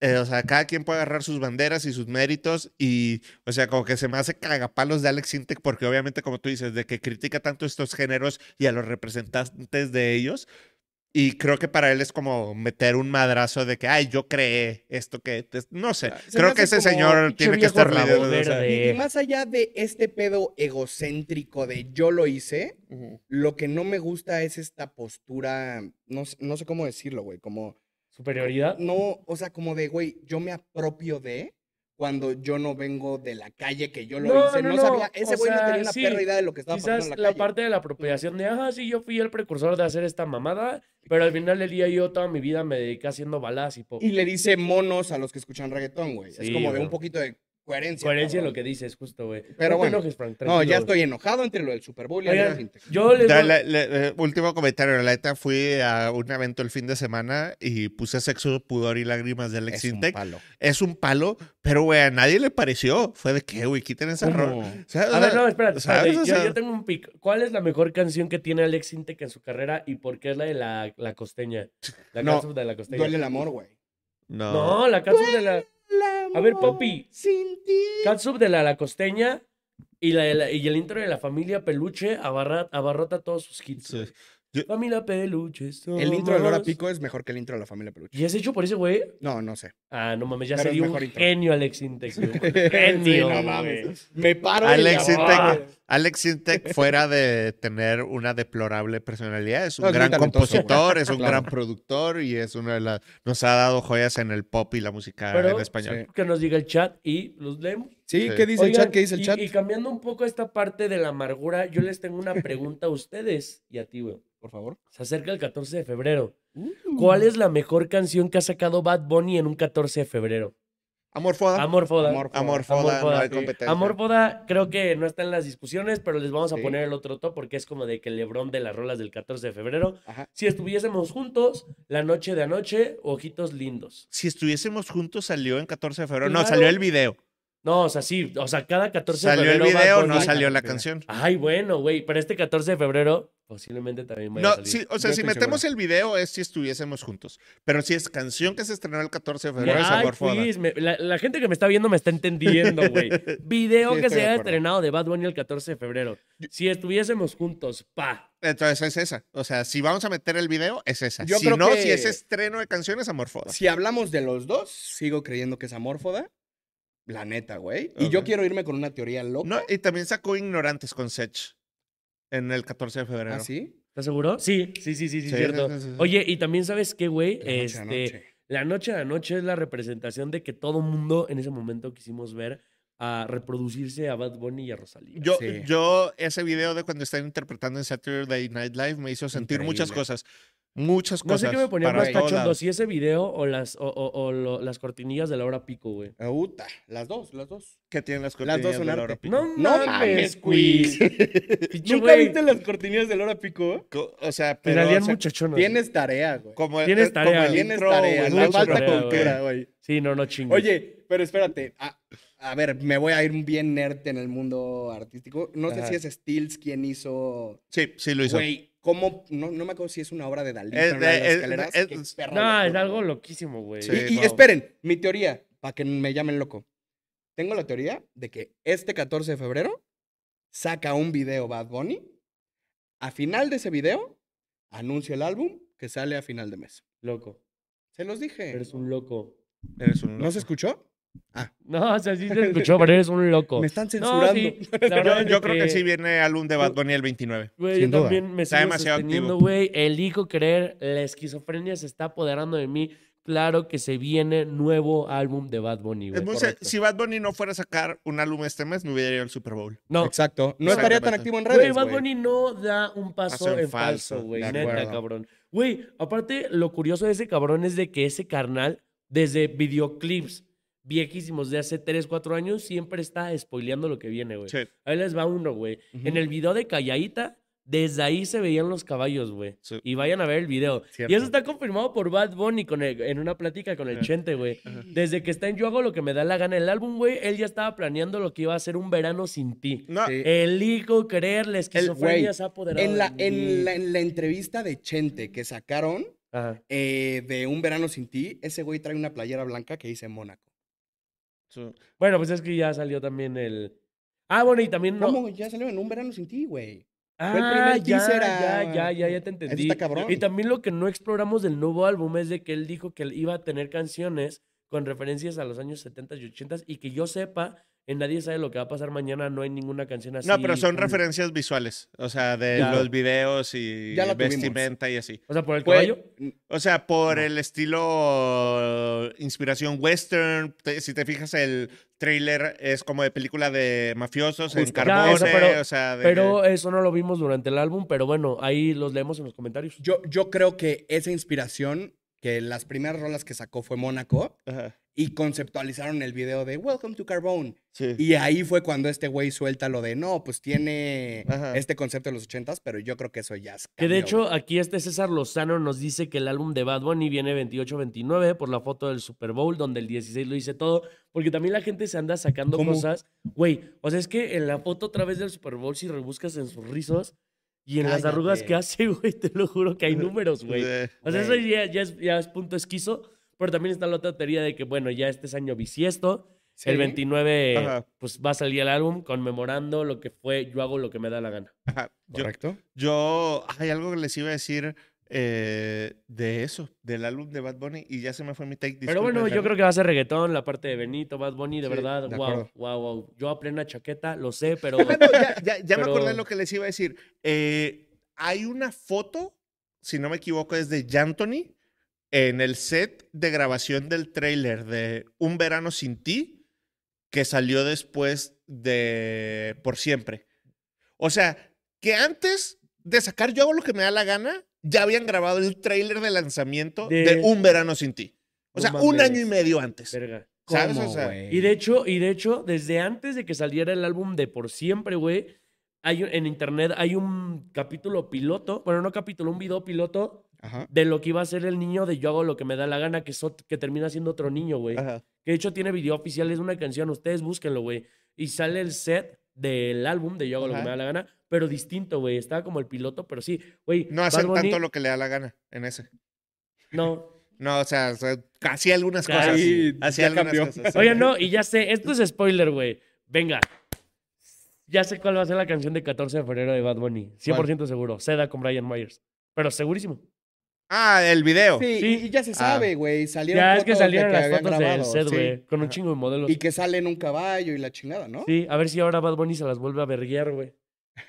S3: eh, o sea, cada quien puede agarrar sus banderas y sus méritos y, o sea, como que se me hace cagapalos de Alex Sintek porque obviamente, como tú dices, de que critica tanto estos géneros y a los representantes de ellos. Y creo que para él es como meter un madrazo de que, ay, yo creé esto que, es", no sé,
S1: Ah, se me
S3: creo que
S1: hace
S3: ese
S1: como
S3: señor
S2: pinche
S3: tiene que
S2: viejo
S3: estar
S2: rabo
S3: lidiando, o sea,
S2: verde.
S1: Y, y
S2: Eh.
S1: más allá de este pedo egocéntrico de yo lo hice, lo que no me gusta es esta postura, no, sé- no sé cómo decirlo, güey, como...
S2: Superioridad.
S1: No, o sea, como de, güey, yo me apropio de cuando yo no vengo de la calle que yo lo
S2: No,
S1: hice.
S2: no,
S1: No,
S2: no,
S1: sabía, ese
S2: o
S1: güey no
S2: sea,
S1: tenía una
S2: sí,
S1: perra idea de lo que estaba pasando
S2: Quizás
S1: en la,
S2: la,
S1: calle.
S2: parte de la apropiación de, ah, sí, yo fui el precursor de hacer esta mamada, pero al final del día yo toda mi vida me dediqué haciendo balas y pop.
S1: Y le dice monos a los que escuchan reggaetón, güey. es
S2: Sí,
S1: como de
S2: güey.
S1: un poquito de coherencia.
S2: Coherencia en lo
S1: cabrón.
S2: que dices, justo, güey.
S1: Pero
S2: No te
S1: bueno.
S2: enojes, Frank,
S1: No, ya
S2: tranquilo, güey.
S1: estoy enojado entre lo del Super Bowl y
S2: Oigan,
S1: el fintech.
S2: Yo les
S3: Ya,
S2: voy-
S3: le- le- eh, último comentario, la neta fui a un evento el fin de semana y puse sexo, pudor y lágrimas de Alex
S1: Es un
S3: Sintek.
S1: palo.
S3: Es un palo, pero güey, a nadie le pareció. Fue de que, güey, quiten esa ro-
S1: ¿Cómo?
S3: O sea, o
S2: A ver,
S3: sea,
S2: no, espérate, espérate,
S3: ¿sabes? O
S2: Yo,
S3: sea,
S2: yo tengo un pick. ¿Cuál es la mejor canción que tiene Alex Sintek en su carrera y por qué es la de la, la costeña? La
S1: No,
S2: canción de la costeña.
S1: Duele el amor, güey.
S3: no.
S2: No, la canción de la A ver, Poppy.
S1: Sin ti.
S2: catsup de la, la costeña y, la, de la- y el intro de la familia peluche abarra- abarrota todos sus hits.
S3: Sí.
S2: güey.
S3: Yo-
S2: Familia peluche.
S1: El intro de Lora
S2: somos.
S1: Pico es mejor que el intro de la familia Peluche.
S2: ¿Y es hecho por ese güey?
S1: No, no
S2: (laughs)
S1: sé.
S2: Ah, no mames, ya
S1: Pero es
S2: sería un
S1: mejor intro.
S2: genio Alex Sintek.
S1: (laughs)
S2: güey.
S1: Sí,
S2: Genio.
S1: no
S2: güey.
S1: mames. Me paro. y
S3: Alex
S1: le-
S2: Ah.
S3: Sintek, Alex Sintek, fuera de tener una deplorable personalidad, es un
S1: No, es muy
S3: gran
S1: talentoso, güey.
S3: compositor, es un
S1: Claro.
S3: gran productor y es una de las. Nos ha dado joyas en el pop y la música
S2: Pero-
S3: en español.
S1: Sí.
S2: Que nos diga el chat y los leemos.
S1: Sí,
S3: Sí.
S1: ¿qué dice el
S2: Oigan,
S1: chat? ¿Qué dice el
S2: y-
S1: chat?
S2: Y cambiando un poco esta parte de la amargura, yo les tengo una pregunta a ustedes y a ti, güey.
S1: Por favor.
S2: Se acerca el 14 de febrero.
S1: Uh.
S2: ¿Cuál es la mejor canción que ha sacado Bad Bunny en un 14 de febrero?
S3: Amor Foda.
S2: Amor Foda.
S1: Ah, Amor, por
S3: Amor
S1: favor.
S3: Foda,
S2: Amor Foda,
S3: no hay
S2: sí.
S3: competencia.
S2: Amor Foda creo que no está en las discusiones, pero les vamos a
S1: Sí.
S2: poner el otro top porque es como de que el Lebrón de las rolas del 14 de febrero.
S1: Ajá.
S2: Si estuviésemos juntos, La Noche de Anoche, Ojitos Lindos.
S3: Si estuviésemos juntos, salió en 14 de febrero. No,
S2: Claro.
S3: salió el video.
S2: No, o sea, sí, o sea, cada 14 de
S3: Salió el
S2: febrero. Bad
S3: video,
S2: Bunny-
S3: no salió la
S1: Mira.
S3: canción.
S2: Ay, bueno, güey, pero este 14 de febrero posiblemente también vaya a
S3: No,
S2: salir.
S3: sí, o sea,
S1: Yo
S3: si
S1: estoy
S3: metemos el video es si estuviésemos juntos. Pero si es canción que se estrenó el 14 de febrero, es
S2: Ay,
S3: Amor Foda.
S2: Luis, me- la, la gente que me está viendo me está entendiendo, güey.
S3: (laughs)
S2: Video
S1: Sí,
S2: que
S1: estoy
S2: se
S1: de
S2: ha
S1: acuerdo.
S2: estrenado de Bad Bunny el 14 de febrero. Si estuviésemos juntos, pa.
S3: Entonces es esa. O sea, si vamos a meter el video, es esa.
S1: Yo
S3: si
S1: creo
S3: no,
S1: que-
S3: si es estreno de canciones, Amor Foda.
S1: Si hablamos de los dos, sigo creyendo que es amórfoda. La neta, güey. Y yo
S3: Ok.
S1: quiero irme con una teoría loca. ¿Ah,
S3: No, y también sacó Ignorantes con Sech en el 14 de febrero.
S1: ¿Ah, sí?
S2: ¿Estás seguro? Sí, sí, sí, sí, sí,
S3: Sí,
S2: cierto.
S3: sí, sí, sí.
S2: Oye, y también sabes qué, güey,
S1: La noche a
S2: este,
S1: noche.
S2: la noche a la noche es la representación de que todo mundo en ese momento quisimos ver a reproducirse a Bad Bunny y a Rosalía.
S3: Yo,
S1: Sí.
S3: yo, ese video de cuando están interpretando en Saturday Night Live me hizo sentir muchas
S1: Increíble.
S3: cosas. Muchas
S2: no
S3: cosas.
S2: sé qué me ponía
S3: para
S2: más
S3: todos
S2: cachondo,
S3: lados.
S2: si ese video o las o, o- o lo- las cortinillas de la hora pico, güey.
S1: Ah, Uta, las dos, las dos.
S3: ¿Qué tienen las
S1: Las dos
S3: cortinillas de
S1: son
S3: la
S1: arte.
S3: hora pico?
S2: No,
S1: No mames,
S2: mames, quiz.
S1: güey.
S2: Pinche
S1: ¿Nunca
S2: güey.
S1: viste las cortinillas del hora pico? ¿eh?
S3: Co- O sea, pero.
S2: Penalían
S3: o sea,
S2: muchachones.
S1: Tienes tarea, güey.
S3: como el-
S2: Tienes
S3: eh, como
S2: tarea.
S3: el
S1: Tienes
S3: intro,
S1: tarea.
S3: güey,
S1: Le
S3: mucho
S1: falta
S2: tarea,
S1: cultura, güey.
S2: Sí, no, no chingues.
S1: Oye, pero espérate. A, a ver, me voy a ir bien nerd en el mundo artístico. No
S3: Ajá.
S1: sé si es Stills quien hizo.
S3: Sí, sí lo hizo.
S1: Güey, ¿cómo? No, no me acuerdo si es una obra de Dalí.
S3: Es
S1: pero una de
S3: de-
S1: las
S3: es-
S1: escaleras,
S3: es-
S1: qué
S3: es-
S1: perra
S2: no, es
S1: locura,
S2: algo
S1: güey.
S2: loquísimo, güey.
S3: Sí.
S1: Y- y
S3: wow.
S1: esperen, mi teoría, para que me llamen loco. Tengo la teoría de que este 14 de febrero saca un video Bad Bunny. A final de ese video, anuncia el álbum que sale a final de mes.
S2: Loco.
S1: Se los dije.
S2: Eres un loco.
S3: Eres un
S1: ¿No se
S3: loco.
S1: escuchó?
S2: No, o sea, sí
S3: (laughs)
S2: se escuchó, pero eres un loco.
S1: Me están censurando.
S2: No, sí. la verdad
S3: Yo,
S2: es
S3: yo creo que sí
S2: bien.
S3: viene álbum de Bad Bunny el 29.
S2: Güey,
S1: Sin
S2: yo
S1: duda.
S2: también me
S3: Está
S2: sigo
S3: demasiado
S2: sosteniendo,
S3: activo.
S2: güey. Elijo creer, la esquizofrenia se está apoderando de mí. Claro que se viene nuevo álbum de Bad Bunny, güey.
S3: Es muy se-
S2: correcto.
S3: si Bad Bunny no fuera a sacar un álbum este mes, me hubiera ido al Super Bowl.
S2: No,
S1: Exacto. No estaría tan
S3: Exactamente.
S1: activo en
S2: güey,
S1: redes,
S2: Bad
S1: güey.
S2: Bunny no da un paso
S3: Paso en
S2: en falso,
S3: falso,
S2: güey.
S1: de
S2: Neta,
S1: acuerdo.
S2: cabrón. Güey, aparte, lo curioso de ese cabrón es de que ese carnal, desde videoclips viejísimos de hace 3, 4 años, siempre está spoileando lo que viene, güey.
S3: Sí.
S2: Ahí les va uno, güey.
S1: Ujú.
S2: En el video de Callaita, Desde ahí se veían los caballos, güey.
S3: Sí.
S2: Y vayan a ver el video.
S3: Cierto.
S2: Y eso está confirmado por Bad Bunny con el- en una plática con el
S3: Ajá.
S2: Chente, güey. Desde que está en Yo hago lo que me da la gana el álbum, güey, él ya estaba planeando lo que iba a ser un verano sin ti.
S3: No,
S1: Sí.
S2: Elijo creerle, esquizofrenia
S1: güey,
S2: se ha apoderado
S1: Ah, En la,
S2: de mí.
S1: en, la, en la entrevista de Chente que sacaron
S2: Ajá.
S1: eh, de Un Verano Sin Ti, ese güey trae una playera blanca que dice Mónaco.
S3: su-
S2: Bueno, pues es que ya salió también el... Ah, bueno, y también no...
S1: ¿Cómo? Ya salió en Un Verano Sin Ti, güey.
S2: Ah,
S1: Fue el primer
S2: ya,
S1: teaser
S2: ya,
S1: a-
S2: ya, ya, ya
S1: Eso
S2: te entendí.
S1: está cabrón.
S2: Y también lo que no exploramos del nuevo álbum es de que él dijo que él iba a tener canciones con referencias a los años 70 y 80 y que yo sepa, en nadie sabe lo que va a pasar mañana, no hay ninguna canción así.
S3: no, pero son
S2: cool.
S3: referencias visuales, o sea, de
S2: Claro.
S3: los videos y
S1: Ya la tuvimos.
S3: vestimenta y así.
S2: O sea, por el
S1: Güey,
S2: caballo.
S3: O sea, por el estilo eh, inspiración western, te- si te fijas el trailer es como de película de mafiosos en
S1: Justo.
S3: carbone,
S2: Ya, o sea, pero-
S3: o sea, de-
S2: Pero eso no lo vimos durante el álbum, pero bueno, ahí los leemos en los comentarios.
S1: yo, yo creo que esa inspiración, que las primeras rolas que sacó fue Mónaco,
S3: Ajá,
S1: y conceptualizaron el video de Welcome to Carbone.
S3: sí.
S1: Y ahí fue cuando este güey suelta lo de, no, pues tiene
S3: Ajá.
S1: este concepto de los ochentas, pero yo creo que eso ya es
S2: Que de hecho, aquí este César Lozano nos dice que el álbum de Bad Bunny viene 28-29 por la foto del Super Bowl, donde el 16 lo dice todo. Porque también la gente se anda sacando
S1: ¿Cómo?
S2: cosas. Güey, o sea, es que en la foto otra vez del Super Bowl, si rebuscas en sus rizos y en las arrugas
S1: Cállate.
S2: que hace, (laughs) güey, te lo juro que hay números, güey.
S3: De-
S2: O sea, eso
S1: Güey.
S2: ya, ya es, ya es punto esquizo. Pero también está la otra teoría de que, bueno, ya este es año bisiesto. El 29,
S3: Ajá.
S2: pues va a salir el álbum conmemorando lo que fue Yo hago lo que me da la gana.
S3: ajá. Yo,
S1: ¿Correcto?
S3: yo- hay algo que les iba a decir eh, de eso, del álbum de Bad Bunny y ya se me fue mi take.
S2: Pero bueno, yo creo que va a ser reggaetón, la parte de Benito, Bad Bunny, de
S3: Sí,
S2: verdad,
S1: de
S2: wow,
S1: acuerdo.
S2: wow, wow. Yo a plena chaqueta, lo
S1: (laughs)
S2: sé, pero
S3: ya, ya- ya me acordé
S2: Pero-
S3: lo que les iba a decir. Eh, hay una foto, si no me equivoco, es de Anthony en el set de grabación del tráiler de Un verano sin ti que salió después de Por siempre. O sea, que antes de sacar Yo hago lo que me da la gana, ya habían grabado el tráiler de lanzamiento de...
S2: De-
S3: Un verano sin ti. O
S2: No
S3: sea, un
S2: mames.
S3: año y medio antes.
S2: verga.
S3: ¿Sabes? O
S1: ¿Cómo,
S3: sea,
S1: güey?
S2: Y de hecho, y de hecho, desde antes de que saliera el álbum de Por Siempre, güey, hay un- en internet hay un capítulo piloto, bueno, no capítulo, un video piloto
S1: Ajá.
S2: de lo que iba a ser el niño de Yo hago lo que me da la gana, que, es ot- que termina siendo otro niño, güey.
S3: Ajá.
S2: Que de hecho tiene video oficial, es una canción, ustedes búsquenlo, güey. Y sale el set del álbum de Yo hago lo que
S3: Ajá.
S2: me da la gana, pero distinto, güey. Estaba como el piloto, pero sí, güey.
S3: No
S2: Bad
S3: hacer
S2: Bunny-
S3: tanto lo que le da la gana en ese.
S2: (laughs) No.
S1: (laughs)
S3: No, o sea, o sea, hacía algunas
S2: Casi.
S3: cosas.
S1: Ahí
S3: Hacía
S1: ya
S3: algunas
S1: cambió. (laughs)
S3: cosas. sí.
S2: Oye, no, y ya sé, esto es spoiler, güey. Venga. Ya sé cuál va a ser la canción de 14 de febrero de Bad Bunny. 100% seguro. Seda con Brian Myers. Pero segurísimo.
S3: Ah, el video.
S1: Sí,
S2: Sí. ah,
S1: y, y ya se sabe, güey. Salieron
S2: ya es que
S1: fotos de
S2: salieron las
S1: habían
S2: fotos del
S1: grabado,
S2: set,
S1: sí.
S2: güey. Con un
S1: Ajá.
S2: chingo de modelos.
S1: Y que sale en un caballo y la chingada, ¿no?
S2: Sí, a ver si ahora Bad Bunny se las vuelve a verguear, güey.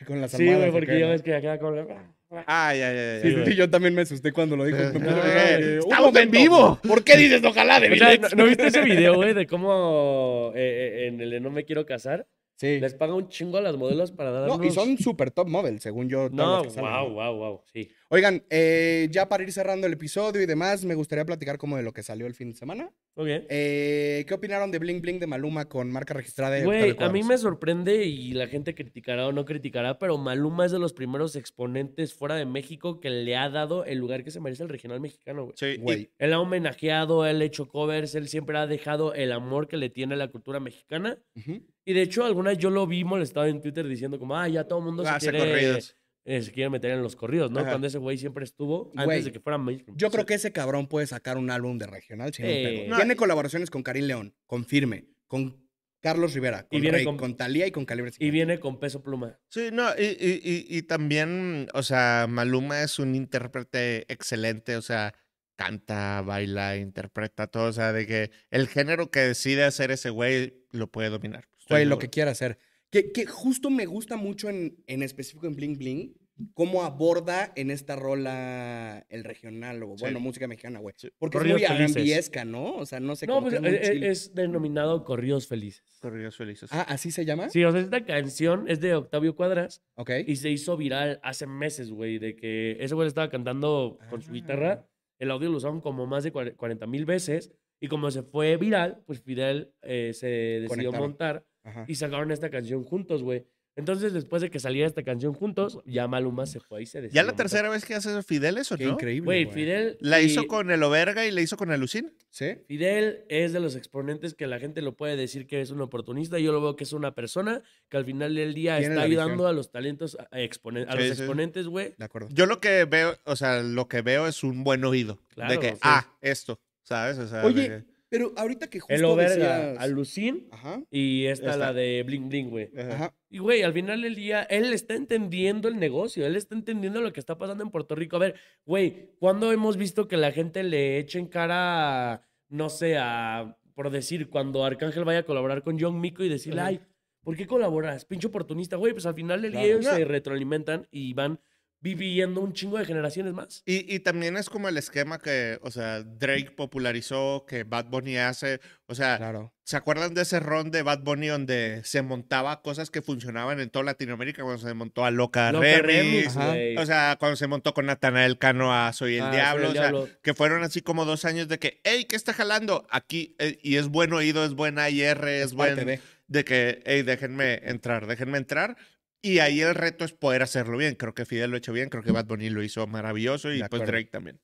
S1: Con las
S2: Sí, güey,
S1: almohadas
S2: porque
S1: acá,
S2: ya
S1: ¿no?
S2: ves que acá con la...
S3: Ah, ya, ya, ya.
S2: Sí,
S3: ya.
S2: güey.
S1: Sí, (laughs) yo también me asusté cuando lo dijo.
S3: Eh,
S1: Me puse
S2: ah,
S1: de-
S2: eh,
S1: de, "Un
S3: ¡Estamos en
S1: momento,
S3: vivo!
S1: ¿Por qué dices ojalá de
S2: O sea, ¿no,
S1: Vilex?"
S2: no viste
S1: (laughs)
S2: ese video, güey, de cómo eh, eh, en el de No me quiero casar?
S1: Sí.
S2: Les paga un chingo a las modelos para dar
S1: No, y son super top model, según yo. todas
S2: No,
S1: las que salen,
S2: wow, wow, wow, sí.
S1: Oigan, eh, ya para ir cerrando el episodio y demás, me gustaría platicar como de lo que salió el fin de semana.
S2: Muy bien.
S1: Eh, ¿Qué opinaron de Bling Bling de Maluma con marca registrada? de
S2: Güey,
S1: Octavio
S2: a mí me
S1: Cuadros?
S2: sorprende y la gente criticará o no criticará, pero Maluma es de los primeros exponentes fuera de México que le ha dado el lugar que se merece al regional mexicano, güey.
S3: Sí, y-
S1: Güey,
S2: Él ha homenajeado, él ha hecho covers, él siempre ha dejado el amor que le tiene a la cultura mexicana.
S1: ujú.
S2: Y de hecho, algunas yo lo vi molestado en Twitter diciendo como, ah, ya todo el mundo se
S3: hace
S2: quiere,
S3: corridos.
S2: eh, se quiere meter en los corridos, ¿no?
S3: Ajá.
S2: Cuando ese güey siempre estuvo, antes
S1: Güey,
S2: de que fuera mainstream.
S1: Yo creo que ese cabrón puede sacar un álbum de regional sin un
S2: Sí.
S1: pedo.
S2: No,
S1: Tiene
S3: y-
S1: colaboraciones con Karim León, con Firme, con Carlos Rivera, con
S2: viene
S1: Rey,
S2: con-
S1: con... Talía y con Calibre
S2: Y
S1: 50.
S2: viene con peso pluma.
S3: Sí, no, y, y- y- y también, o sea, Maluma es un intérprete excelente, o sea, canta, baila, interpreta todo, o sea, de que el género que decide hacer ese güey lo puede dominar. Estoy
S1: Güey, lo
S3: seguro.
S1: que quiera hacer. Que, que justo me gusta mucho en, en específico en Bling Bling cómo aborda en esta rola el regional o, bueno, música mexicana, güey.
S3: Sí.
S1: Porque
S2: Corridos
S1: es muy
S2: felices.
S1: arambiesca, ¿no? O sea, no sé
S2: No,
S1: como
S2: pues
S1: que es muy
S2: eh, eh,
S1: chill.
S2: es denominado corridos felices.
S3: Corridos felices.
S1: Ah, ¿así se llama?
S2: Sí, o sea, esta canción es de Octavio Cuadras
S1: Ok.
S2: y se hizo viral hace meses, güey, de que ese güey estaba cantando con su
S1: Ah.
S2: guitarra. El audio lo usaron como más de 40 mil veces y como se fue viral, pues Fidel eh, se decidió
S1: Conectaron.
S2: montar
S1: Ajá.
S2: y sacaron esta canción juntos, güey. Entonces, después de que saliera esta canción juntos, ya Maluma se fue y se
S3: Ya
S2: decidió
S3: la
S2: matar.
S3: tercera vez que hace Fidel eso,
S1: Qué
S3: ¿no?
S1: increíble.
S2: Güey, Fidel.
S3: La
S2: y-
S3: hizo con el Oberga y la hizo con el Lucín.
S1: ¿Sí?
S2: Fidel es de los exponentes que la gente lo puede decir que es un oportunista. Yo lo veo que es una persona que al final del día
S1: Tiene
S2: está
S1: la visión.
S2: ayudando a los talentos, a, exponen- a
S3: Sí,
S2: los
S3: sí.
S2: exponentes, güey.
S1: De acuerdo.
S3: Yo lo que veo, o sea, lo que veo es un buen oído.
S2: Claro,
S3: de que,
S2: sí.
S3: ah, esto, ¿sabes? O sea, de
S1: Oye, pero ahorita que justo
S2: El Overga,
S1: decías-
S2: a Lucín
S1: Ajá,
S2: y esta,
S3: Esta.
S2: la de Bling Bling, güey.
S3: que- Ajá.
S1: ajá.
S2: Y, güey, al final del día, él está entendiendo el negocio, él está entendiendo lo que está pasando en Puerto Rico. A ver, güey, ¿cuándo hemos visto que la gente le eche en cara, no sé, a, por decir, cuando Arcángel vaya a colaborar con John Mico y decirle,
S3: Ajá.
S2: ay, ¿por qué colaboras? Pinche oportunista, güey, pues al final del día
S1: Claro.
S2: ellos
S3: No.
S2: se retroalimentan y van viviendo un chingo de generaciones más.
S3: Y, y también es como el esquema que, o sea, Drake popularizó, que Bad Bunny hace. O sea,
S1: Claro.
S3: ¿se acuerdan de ese ron de Bad Bunny donde se montaba cosas que funcionaban en toda Latinoamérica? Cuando se montó a Loca,
S2: Loca
S3: Remix,
S2: Remix,
S1: ajá.
S2: güey.
S3: O sea, cuando se montó con Natanael Cano a Soy el
S2: Ah, Soy
S3: Diablo.
S2: el
S3: o sea,
S2: Diablo. (laughs)
S3: que fueron así como dos años de que, hey, ¿qué está jalando? Aquí, eh, y es buen oído, es buen IR, es
S1: Parte
S3: buen.
S1: de.
S3: De que, hey, déjenme entrar, déjenme entrar. Y ahí el reto es poder hacerlo bien. Creo que Fidel lo ha hecho bien, creo que Bad Bunny lo hizo maravilloso y
S1: De
S3: pues
S1: acuerdo.
S3: Drake también.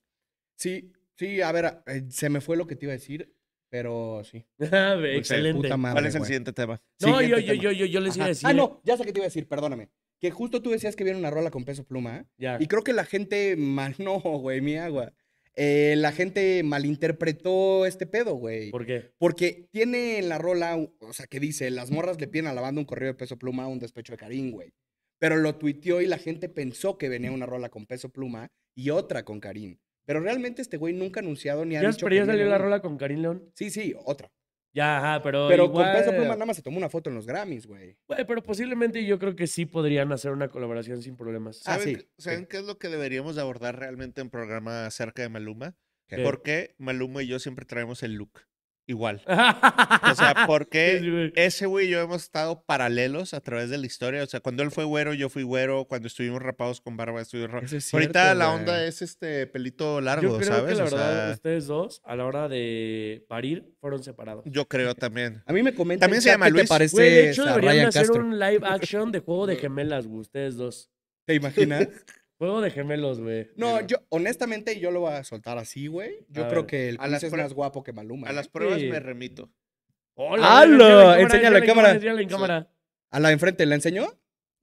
S1: Sí, sí, a ver, eh, se me fue lo que te iba a decir, pero sí.
S2: Ah, güey,
S3: Pues, eh,
S2: Excelente.
S1: Puta madre,
S3: ¿Cuál es el
S1: güey.
S3: siguiente tema?
S2: No,
S1: Siguiente
S2: yo, yo,
S1: tema.
S2: yo, yo, yo les iba a
S1: Ajá.
S2: decir.
S1: Ah, no, ya sé que te iba a decir, perdóname. Que justo tú decías que viene una rola con peso pluma. ¿eh?
S2: Ya.
S1: Y creo que la gente mal, (laughs) no, güey, mi agua. Eh, la gente malinterpretó este pedo, güey.
S2: ¿Por qué?
S1: Porque tiene en la rola, u- o sea, que dice, las morras le piden a la banda un correo de peso pluma, un despecho de Karim, güey. Pero lo tuiteó y la gente pensó que venía una rola con peso pluma y otra con Karim. Pero realmente este güey nunca ha anunciado ni ha
S2: Ya,
S1: dicho
S2: pero ya
S1: que viene
S2: salió la
S1: una.
S2: rola con Karim León.
S1: Sí, sí, otra.
S2: Ya, ajá, pero.
S1: Pero
S2: igual-
S1: con peso pluma nada más se tomó una foto en los Grammys, güey.
S2: Güey, pero posiblemente yo creo que sí podrían hacer una colaboración sin problemas.
S1: Ah,
S3: ¿Saben,
S1: sí,
S3: qué- ¿saben qué es lo que deberíamos de abordar realmente en programa acerca de Maluma?
S2: Eh,
S1: ¿Qué?
S2: (laughs)
S3: ¿Por qué Maluma y yo siempre traemos el look
S1: (laughs)
S3: igual? O (laughs) sea, ¿por
S2: Sí,
S3: qué
S2: sí, güey.
S3: ese güey y yo hemos estado paralelos a través de la historia? O sea, cuando él fue güero, yo fui güero. Cuando estuvimos rapados con barba, estuvimos rapados.
S1: Eso es
S3: Ahorita
S1: cierto,
S3: la
S1: güey.
S3: onda es este pelito
S2: yo
S3: largo,
S2: creo
S3: ¿sabes?
S2: que la
S3: O sea,
S2: verdad, ustedes dos, a la hora de parir, fueron separados.
S3: yo creo también.
S1: A mí me comentan
S3: También se
S1: "Chat,
S3: llama
S1: ¿qué te
S3: Luis".
S1: parece
S2: Güey, de hecho,
S1: a
S2: deberían de
S1: Ryan
S2: hacer
S1: Castro?
S2: un live action de juego de gemelas, güey, ustedes dos.
S1: ¿Te
S3: (laughs)
S1: imaginas?
S2: Juego de gemelos, güey.
S1: No,
S3: Mira.
S1: yo, honestamente, yo lo voy a soltar así, güey. Yo
S2: A
S1: creo
S2: ver.
S1: que el
S3: A las
S1: Chris es
S3: pruebas-
S1: más guapo que Maluma.
S3: A
S1: ¿eh?
S3: las pruebas me
S2: Sí.
S3: remito.
S2: ¡Hola!
S1: ¡Halo! Enséñale
S2: en
S1: en cámara.
S2: Enséñale en
S3: Sí.
S2: cámara.
S1: ¿A la de enfrente la enseñó?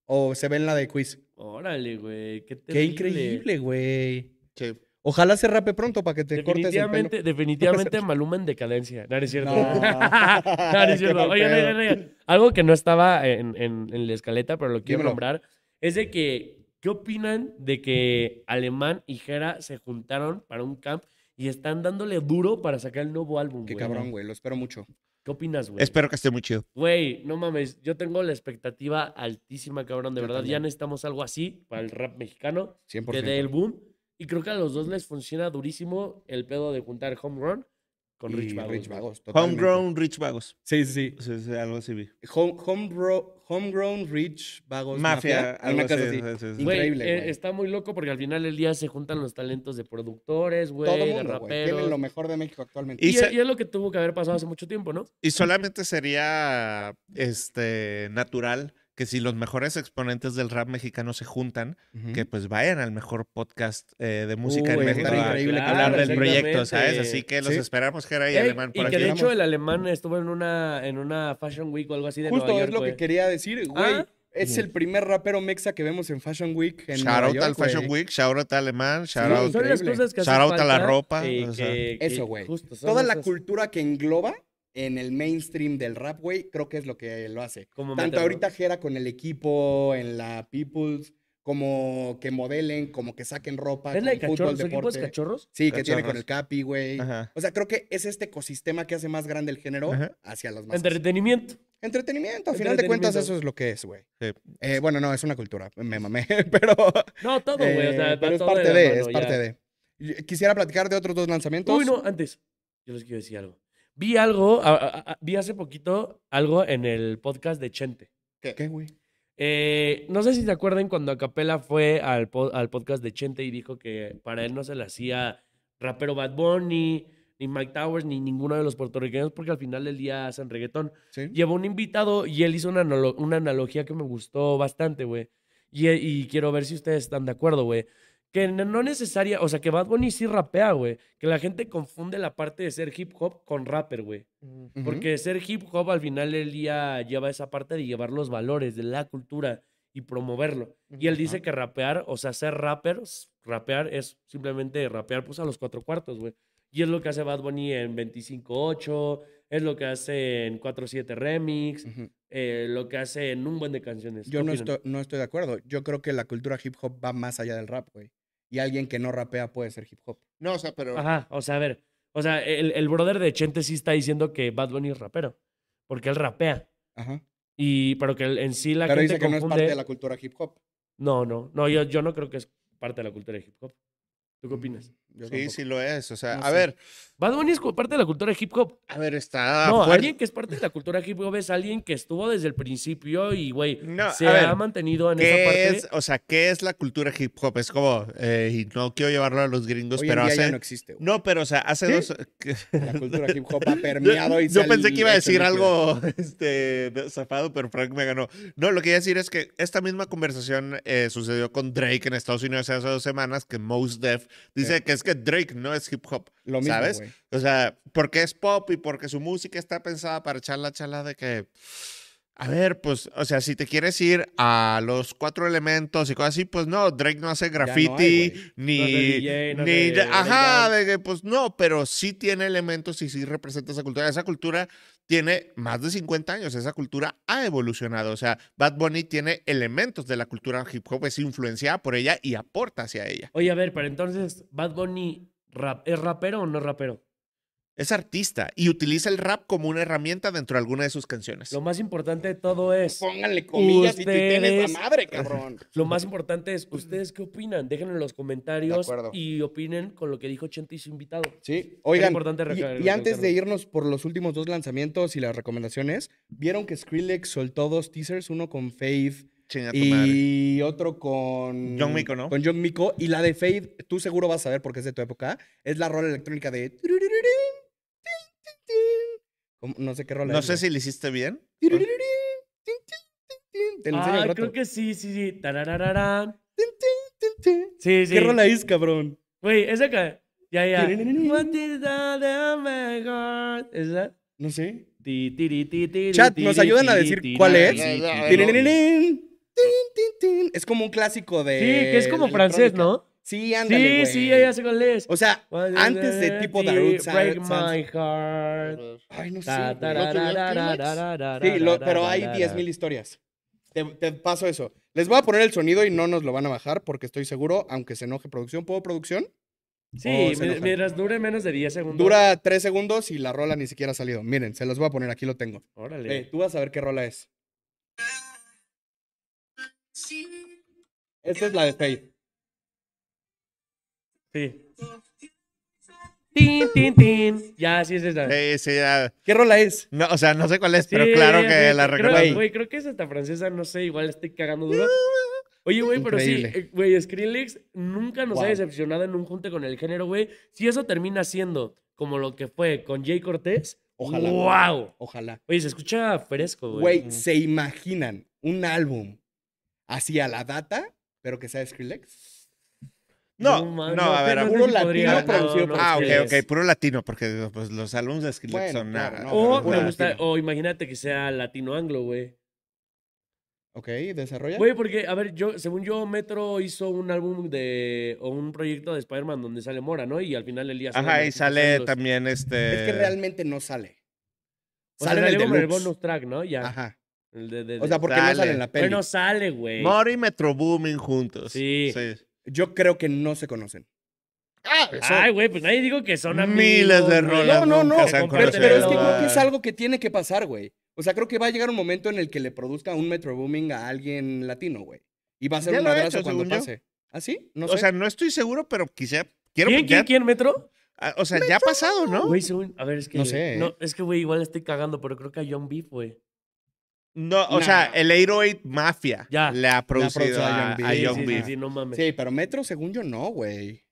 S1: ¿O se ve en la de quiz?
S2: Órale, güey. Qué,
S1: Qué
S2: terrible.
S1: increíble, güey.
S3: Sí.
S1: Ojalá se rape pronto para que te cortes el pelo. (laughs)
S2: Definitivamente, definitivamente Maluma en decadencia. No, no es cierto. (laughs)
S1: No.
S2: No, no es
S1: Qué
S2: cierto.
S1: mal
S2: Oigan,
S1: pedo.
S2: oigan, oigan. Algo que no estaba en, en- en la escaleta, pero lo quiero
S1: Dímelo.
S2: nombrar, es de que, ¿qué opinan de que Alemán y Jera se juntaron para un camp y están dándole duro para sacar el nuevo álbum,
S1: Qué
S2: güey?
S1: cabrón, güey. Lo espero mucho.
S2: ¿Qué opinas, güey?
S3: Espero que esté muy chido.
S2: Güey, no mames, yo tengo la expectativa altísima, cabrón. De
S1: Yo
S2: verdad, ya
S1: también.
S2: necesitamos algo así para el rap mexicano que
S1: 100%.
S2: dé el boom. Y creo que a los dos les funciona durísimo el pedo de juntar home run con
S1: Y
S2: Rich Vagos.
S1: Rich
S2: güey.
S1: Vagos, totalmente.
S3: Homegrown Rich Vagos.
S1: Sí, sí, sí.
S3: Sí, sí, algo así vi.
S1: Home- homebro- homegrown Rich Vagos.
S3: Mafia,
S1: Mafia. Una
S3: algo
S1: cosa
S3: así,
S1: así.
S3: sí, sí, sí.
S2: Güey,
S1: Increíble,
S2: eh,
S1: güey.
S2: está muy loco porque al final del día se juntan los talentos de productores,
S1: Todo
S2: güey, de
S1: mundo, güey. Tienen lo
S2: raperos.
S1: mejor de México actualmente.
S2: Y,
S3: Y sa-
S2: es- y es lo que tuvo que haber pasado hace mucho tiempo, ¿no?
S3: Y solamente sería este natural que si los mejores exponentes del rap mexicano se juntan,
S1: Ujú.
S3: que pues vayan al mejor podcast eh, de música en
S1: Uy,
S3: México
S1: estaría
S3: a
S1: increíble que
S3: hablar
S1: vayan.
S3: del proyecto, ¿sabes?
S2: exactamente.
S3: Así que los
S1: Sí.
S3: esperamos, Jera y
S2: Ey,
S3: Alemán, por
S2: y que
S3: aquí.
S2: de hecho
S1: Vamos.
S2: el alemán estuvo en una, en una Fashion Week o algo así de
S1: Justo
S2: Nueva
S1: es
S2: York,
S1: lo
S2: güey.
S1: que quería decir, güey.
S2: Ah.
S1: Es
S3: Sí.
S1: el primer rapero mexa que vemos en Fashion Week. En
S3: Shout
S1: Nueva
S3: out al
S1: York, güey.
S3: Fashion Week, shout out a Alemán, shout
S1: Sí,
S3: out.
S2: Son las
S1: increíble.
S2: cosas que hacen
S3: Shout out a la
S2: falta,
S3: ropa,
S2: eh,
S3: o sea.
S2: que- que
S1: Eso, güey.
S2: justo son
S1: Toda la
S2: esas-
S1: cultura que engloba en el mainstream del rap, güey, creo que es lo que lo hace.
S2: como
S1: Tanto
S2: meterlo.
S1: ahorita Jera con el equipo, en la Peoples, como que modelen, como que saquen ropa,
S2: ¿Es la de
S1: con fútbol,
S2: cachorros? ¿Los equipos
S1: deporte.
S2: cachorros?
S1: Sí, que tiene con
S3: Cachorros.
S1: el Capi, güey.
S3: Ajá.
S1: O sea, creo que es este ecosistema que hace más grande el género
S3: Ajá.
S1: hacia las masas.
S2: Entretenimiento.
S1: Entretenimiento, al final de cuentas eso es lo que es, güey.
S3: Sí.
S1: Eh, bueno, no, es una cultura, me mamé, (laughs) pero,
S2: No, todo, güey. o sea,
S1: eh,
S2: va
S1: pero es
S2: todo
S1: parte
S2: la
S1: de,
S2: mano,
S1: es
S2: ya.
S1: parte de. Y- eh, Quisiera platicar de otros dos lanzamientos.
S2: Uy, no, antes. Yo les quiero decir algo. Vi algo, a- a- a- vi hace poquito algo en el podcast de Chente.
S1: ¿Qué, güey?
S2: Eh, no sé si se acuerdan cuando Acapela fue al, po- al podcast de Chente y dijo que para él no se le hacía rapero Bad Bunny, ni Mike Towers, ni ninguno de los puertorriqueños, porque al final del día hacen reggaetón.
S1: Sí.
S2: Llevó un invitado y él hizo una, analo- una analogía que me gustó bastante, güey. Y, y quiero ver si ustedes están de acuerdo, güey. Que n- no necesaria, o sea, que Bad Bunny sí rapea, güey. Que la gente confunde la parte de ser hip hop con rapper, güey.
S1: Ujú.
S2: Porque ser hip hop al final del día lleva esa parte de llevar los valores de la cultura y promoverlo. Y él dice que rapear, o sea, ser rapper, s- rapear es simplemente rapear pues a los cuatro cuartos, güey. Y es lo que hace Bad Bunny en 25-8, es lo que hace en 4-7 Remix,
S1: Ujú.
S2: eh, lo que hace en un buen de canciones.
S1: Yo
S2: ¿Qué
S1: no
S2: opinan?
S1: estoy, no estoy de acuerdo. Yo creo que la cultura hip hop va más allá del rap, güey. Y alguien que no rapea puede ser hip hop.
S3: No, o sea, pero.
S2: Ajá, o sea, a ver. O sea, el, el brother de Chente sí está diciendo que Bad Bunny es rapero, porque él rapea.
S1: Ajá.
S2: Y, pero que el- en sí la
S1: Pero
S2: gente
S1: dice que no es parte
S2: confunde-
S1: de la cultura hip hop.
S2: No, no, no, yo, yo no creo que es parte de la cultura de hip hop. ¿Tú qué
S1: Mm.
S2: opinas?
S1: Yo
S3: Sí, sí
S1: tampoco.
S3: lo es. O sea,
S1: No
S3: a
S1: sé.
S3: ver,
S2: Bad Bunny es co- parte de la cultura de hip hop.
S3: a ver,
S1: Ah,
S3: está.
S2: no,
S3: fuerte.
S2: alguien que es parte de la cultura hip hop es alguien que estuvo desde el principio y, güey,
S3: No,
S2: se
S3: a ver,
S2: ha mantenido en esa
S3: ¿Qué
S2: parte.
S3: es, o sea, ¿qué es la cultura hip hop? Es como, eh, y no quiero llevarlo a los gringos,
S1: Hoy en
S3: pero
S1: día
S3: hace.
S1: ya no
S3: no,
S1: existe, güey.
S3: pero o sea, hace
S2: ¿Sí?
S3: dos. que-
S1: La cultura hip
S2: (laughs)
S1: hop ha permeado
S3: Yo,
S1: y
S3: yo
S1: se ha
S3: pensé que iba a
S1: hecho
S3: decir
S1: líquida.
S3: algo (laughs) este, de- zafado, pero Frank me ganó. No, lo que iba a decir es que esta misma conversación eh, sucedió con Drake en Estados Unidos hace dos semanas, que Most Def dice que es que Drake no es hip hop.
S1: Eh. Lo mismo,
S3: ¿Sabes?
S1: güey.
S3: O sea, porque es pop y porque su música está pensada para charla, charla de que. A ver, pues, o sea, si te quieres ir a los cuatro elementos y cosas así, pues no, Drake no hace
S1: no hay,
S3: graffiti,
S1: güey.
S3: ni.
S2: No es de DJ, no es
S3: ni
S2: de
S3: de- ajá,
S2: breakdance.
S3: de que, pues no, pero sí tiene elementos y sí representa esa cultura. Esa cultura tiene más de 50 años, esa cultura ha evolucionado. O sea, Bad Bunny tiene elementos de la cultura hip hop, es influenciada por ella y aporta hacia ella.
S2: Oye, a ver, pero entonces, ¿Bad Bunny rap- es rapero o no es rapero?
S3: Es artista y utiliza el rap como una herramienta dentro de alguna de sus canciones.
S2: Lo más importante de todo es.
S1: Pónganle comillas y tienes
S2: Ustedes-
S1: la
S2: (laughs)
S1: madre, cabrón.
S2: Lo más importante es, ¿ustedes qué opinan? Déjenlo en los comentarios
S1: acuerdo.
S2: y opinen con lo que dijo Chente y su invitado.
S1: Sí, oigan,
S2: importante
S1: y-
S2: recalcar-
S1: y, antes de
S2: recalcarlo.
S1: irnos por los últimos dos lanzamientos y las recomendaciones, vieron que Skrillex soltó dos teasers, uno con Faith
S3: Chinga tu madre.
S1: y otro con
S3: John Mico, ¿no?
S1: Con John Mico y la de Faith, tú seguro vas a ver porque es de tu época, es la rola electrónica de turururún, tin, tin, tin. ¿Cómo? no sé qué rola
S3: No
S1: es,
S3: sé
S1: güey.
S3: si le hiciste bien.
S1: Turururún, tin, tin, tin, tin. Te lo enseño
S2: Ah,
S1: al rato.
S2: creo que sí, sí, sí. Tarararán.
S1: Tin, tin.
S2: Sí, sí.
S1: ¿Qué rola es, cabrón?
S2: Güey, esa que. Ya, ya.
S1: Tiririririn.
S2: What is that, oh my God? ¿Esa?
S1: No sé.
S2: Ti, tiri, ti, tiri,
S1: Chat, ¿nos
S2: tiri,
S1: ayudan a
S2: tiri,
S1: decir
S2: tiri,
S1: cuál
S2: tiri,
S1: es?
S2: tiri,
S3: Ya, ya,
S2: tiri,
S3: ya,
S2: tiri.
S1: Tiririririn, tin, tin, tin. Es como un clásico de.
S2: Sí, que es como francés,
S1: electrónica.
S2: ¿no?
S1: Sí, ándale.
S2: Sí,
S1: güey.
S2: sí, ya, ya sé cuál es.
S1: O sea,
S2: What is
S1: antes de
S2: that,
S1: tipo
S2: ti,
S1: Darude
S2: Break
S1: Sans-
S2: my heart.
S1: Ay, no sé.
S2: Ta,
S1: güey.
S2: ta, ra, ra, ra,
S3: Skrillex?
S2: ra, ra,
S1: Sí,
S2: ra,
S1: lo-
S2: ra,
S1: pero
S2: ra,
S1: hay
S2: ra,
S1: 10.000 historias. Te, te paso eso. Les voy a poner el sonido y no nos lo van a bajar porque estoy seguro, aunque se enoje producción. ¿Puedo producción?
S2: Sí,
S1: Oh, se
S2: mi-
S1: enojan.
S2: mientras dure menos de 10 segundos.
S1: Dura 3 segundos y la rola ni siquiera ha salido. Miren, se los voy a poner, aquí lo tengo.
S2: Órale.
S1: Ve, tú vas a ver qué rola es. Esta es la de Faith.
S2: Sí. Tin, tin, tin. Ya, sí es esa.
S3: Sí, sí, ya.
S1: ¿Qué rola es?
S3: No, o sea, no sé cuál es, pero
S2: Ah. Sí,
S3: claro
S2: ya
S3: que
S2: sé,
S3: la
S2: creo-
S3: reconozco.
S2: Güey, creo que es hasta francesa, no sé, igual estoy cagando duro. Oye, güey, pero sí,
S1: Increíble.
S2: eh, güey, Skrillex nunca nos ha
S1: Wow.
S2: decepcionado en un junte con el género, güey. Si eso termina siendo como lo que fue con Jay Cortés,
S1: Ojalá.
S2: ¡Wow!
S1: Ojalá.
S2: Oye, se escucha fresco, güey.
S1: Güey, ¿se imaginan un álbum así a la data, pero que sea de Skrillex?
S3: No,
S2: man,
S3: no, a
S2: sé,
S3: ver,
S2: sé
S1: puro
S2: si
S1: latino
S2: podría,
S1: producido por
S3: Ah, ok,
S2: Skrillex.
S3: ok, puro latino, porque pues, los álbumes de Skrillex
S1: Bueno,
S3: son
S1: claro,
S3: nada.
S1: no,
S2: O,
S1: pero
S2: me
S1: puro
S2: gusta-
S1: latino.
S2: o imagínate que sea latino-anglo, güey.
S1: Ok, desarrolla.
S2: Güey, porque, a ver, yo, según yo, Metro hizo un álbum de. o un proyecto de Spider-Man donde sale Mora, ¿no? Y al final el día
S3: Ajá, y sale también este.
S1: es que realmente no sale.
S2: sale
S1: sale en el
S2: como en el
S1: deluxe.
S2: bonus track, ¿no? Ya.
S1: Ajá.
S2: El de- de-
S1: O sea,
S2: de-
S1: porque no
S3: Sale.
S1: sale en la peli.
S2: Bueno, sale, güey.
S3: Mori y Metro Booming juntos.
S2: Sí.
S1: Yo creo que no se conocen.
S3: Ah, eso-
S2: Ay, güey, pues nadie dijo que son amigos.
S3: Miles
S2: güey.
S3: de rolas.
S1: No, no,
S3: nunca
S2: no,
S3: se han
S1: Pero,
S2: completamente.
S3: conocido.
S1: pero es que
S2: no.
S1: creo que es algo que tiene que pasar, güey. O sea, creo que va a llegar un momento en el que le produzca un Metro Booming a alguien latino, güey. Y va a ser
S3: Ya
S1: un
S3: lo ha
S1: abrazo
S3: hecho,
S1: cuando
S3: según yo.
S1: pase. ¿Ah, sí? No sé.
S3: O sea, no estoy seguro, pero quisiera. Quiero,
S2: ¿Quién,
S3: ya-
S2: quién, quién, Metro?
S3: ah, O sea, ya ha pasado, ¿no?
S2: Güey, según. A ver, es que.
S1: No sé,
S2: No,
S1: eh.
S2: es que, güey, igual estoy cagando, pero creo que a John Beef, güey.
S3: No, o
S1: Nah.
S3: sea, el 808 Mafia
S2: Ya.
S3: le ha producido
S1: producido a Young
S3: a, a
S1: Beef.
S2: sí,
S3: Young
S2: sí,
S3: Beef.
S2: sí, sí, no mames.
S1: sí, pero Metro, según yo, no, güey.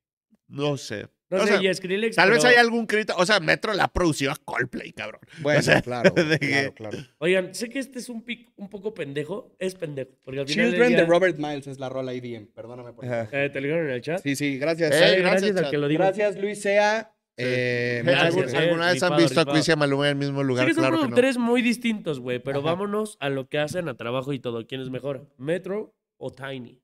S3: No sé.
S2: No
S3: O
S2: sé,
S3: sea,
S2: y Skrillex.
S3: Tal vez
S2: pero-
S3: hay algún crítico. O sea, Metro la ha producido a Coldplay, cabrón.
S1: Bueno,
S3: (laughs) O sea,
S1: claro, güey,
S3: (laughs) de
S1: claro,
S3: que-
S1: claro.
S2: Oigan, sé que este es un pic un poco pendejo. Es pendejo. Porque al final. del
S1: Children de
S2: día-
S1: Robert Miles es la rola IDM, perdóname por eso.
S3: Ajá.
S2: Eh, ¿Te lo dijeron en el chat?
S1: Sí, sí, gracias.
S3: Eh,
S2: Sí,
S3: gracias,
S2: gracias al
S3: chat.
S2: que lo dijo.
S1: Gracias, Luis Sea. Eh,
S3: Sí.
S1: muchas
S2: Gracias,
S1: gracias.
S2: eh.
S3: ¿Alguna vez han
S2: rifado,
S3: visto a
S2: rifado.
S3: Chris y a Maluma en el mismo
S2: Sé
S3: lugar?
S2: que son
S3: claro que no.
S2: productores muy distintos, güey, pero
S1: Ajá.
S2: vámonos a lo que hacen a trabajo y todo. ¿Quién es mejor? ¿Metro o Tiny?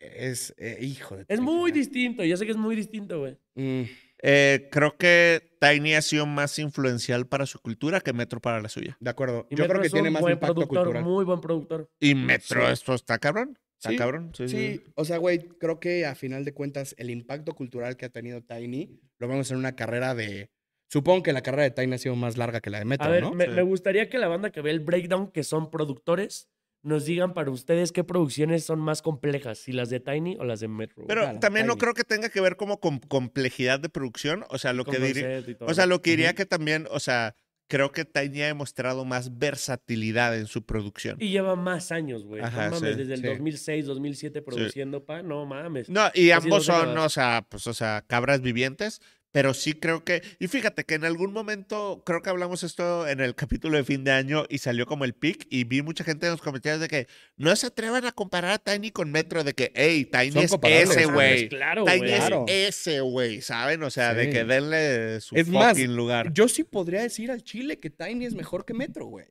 S1: Es, eh, hijo de
S2: Es
S1: tu
S2: muy
S1: hija.
S2: distinto, ya sé que es muy distinto, güey.
S1: Mm,
S3: Eh, creo que Tiny ha sido más influencial para su cultura que Metro para la suya.
S1: de acuerdo.
S2: Y
S1: Yo
S2: Metro
S1: creo que
S2: es un
S1: tiene más
S2: buen
S1: impacto
S2: productor,
S1: cultural.
S2: Muy buen productor.
S3: Y Metro,
S1: Sí.
S3: esto está cabrón. Está
S1: Sí,
S3: cabrón. Sí,
S1: Sí, o sea, güey, creo que a final de cuentas el impacto cultural que ha tenido Tiny lo vemos en una carrera de. Supongo que la carrera de Tiny ha sido más larga que la de Metro,
S2: a ver,
S1: ¿no?
S2: me,
S3: Sí.
S2: me gustaría que la banda que ve el breakdown, que son productores, nos digan para ustedes qué producciones son más complejas, si las de Tiny o las de Metro. güey.
S3: Pero
S1: Ojalá,
S3: también no
S1: Tiny.
S3: creo que tenga que ver como con complejidad de producción. O sea, lo
S2: Con
S3: que diría.
S2: concepto y todo,
S3: O sea,
S2: ¿no?
S3: lo que diría
S2: Ujú.
S3: que también, o sea, creo que Tiny ha demostrado más versatilidad en su producción.
S2: Y lleva más años, güey. No
S3: Ajá,
S2: mames,
S3: sí,
S2: desde el
S1: sí.
S2: 2006, 2007 produciendo, pa, no mames.
S3: No, y
S2: Ha sido
S3: ambos son,
S2: décadas.
S3: o sea, pues, o sea, cabras vivientes, pero sí creo que, y fíjate que en algún momento, creo que hablamos esto en el capítulo de fin de año y salió como el pic y vi mucha gente en los comentarios de que no se atrevan a comparar a Tiny con Metro, de que, hey, Tiny
S1: Son
S3: es
S1: comparables,
S3: ese,
S1: ¿no?
S3: güey.
S2: Claro,
S3: Tiny
S2: güey.
S3: es
S1: Claro.
S3: ese, güey, ¿saben? O sea, de
S1: Sí.
S3: que denle su
S1: Es
S3: fucking
S1: más,
S3: lugar.
S1: Yo sí podría decir al Chile que Tiny es mejor que Metro, güey.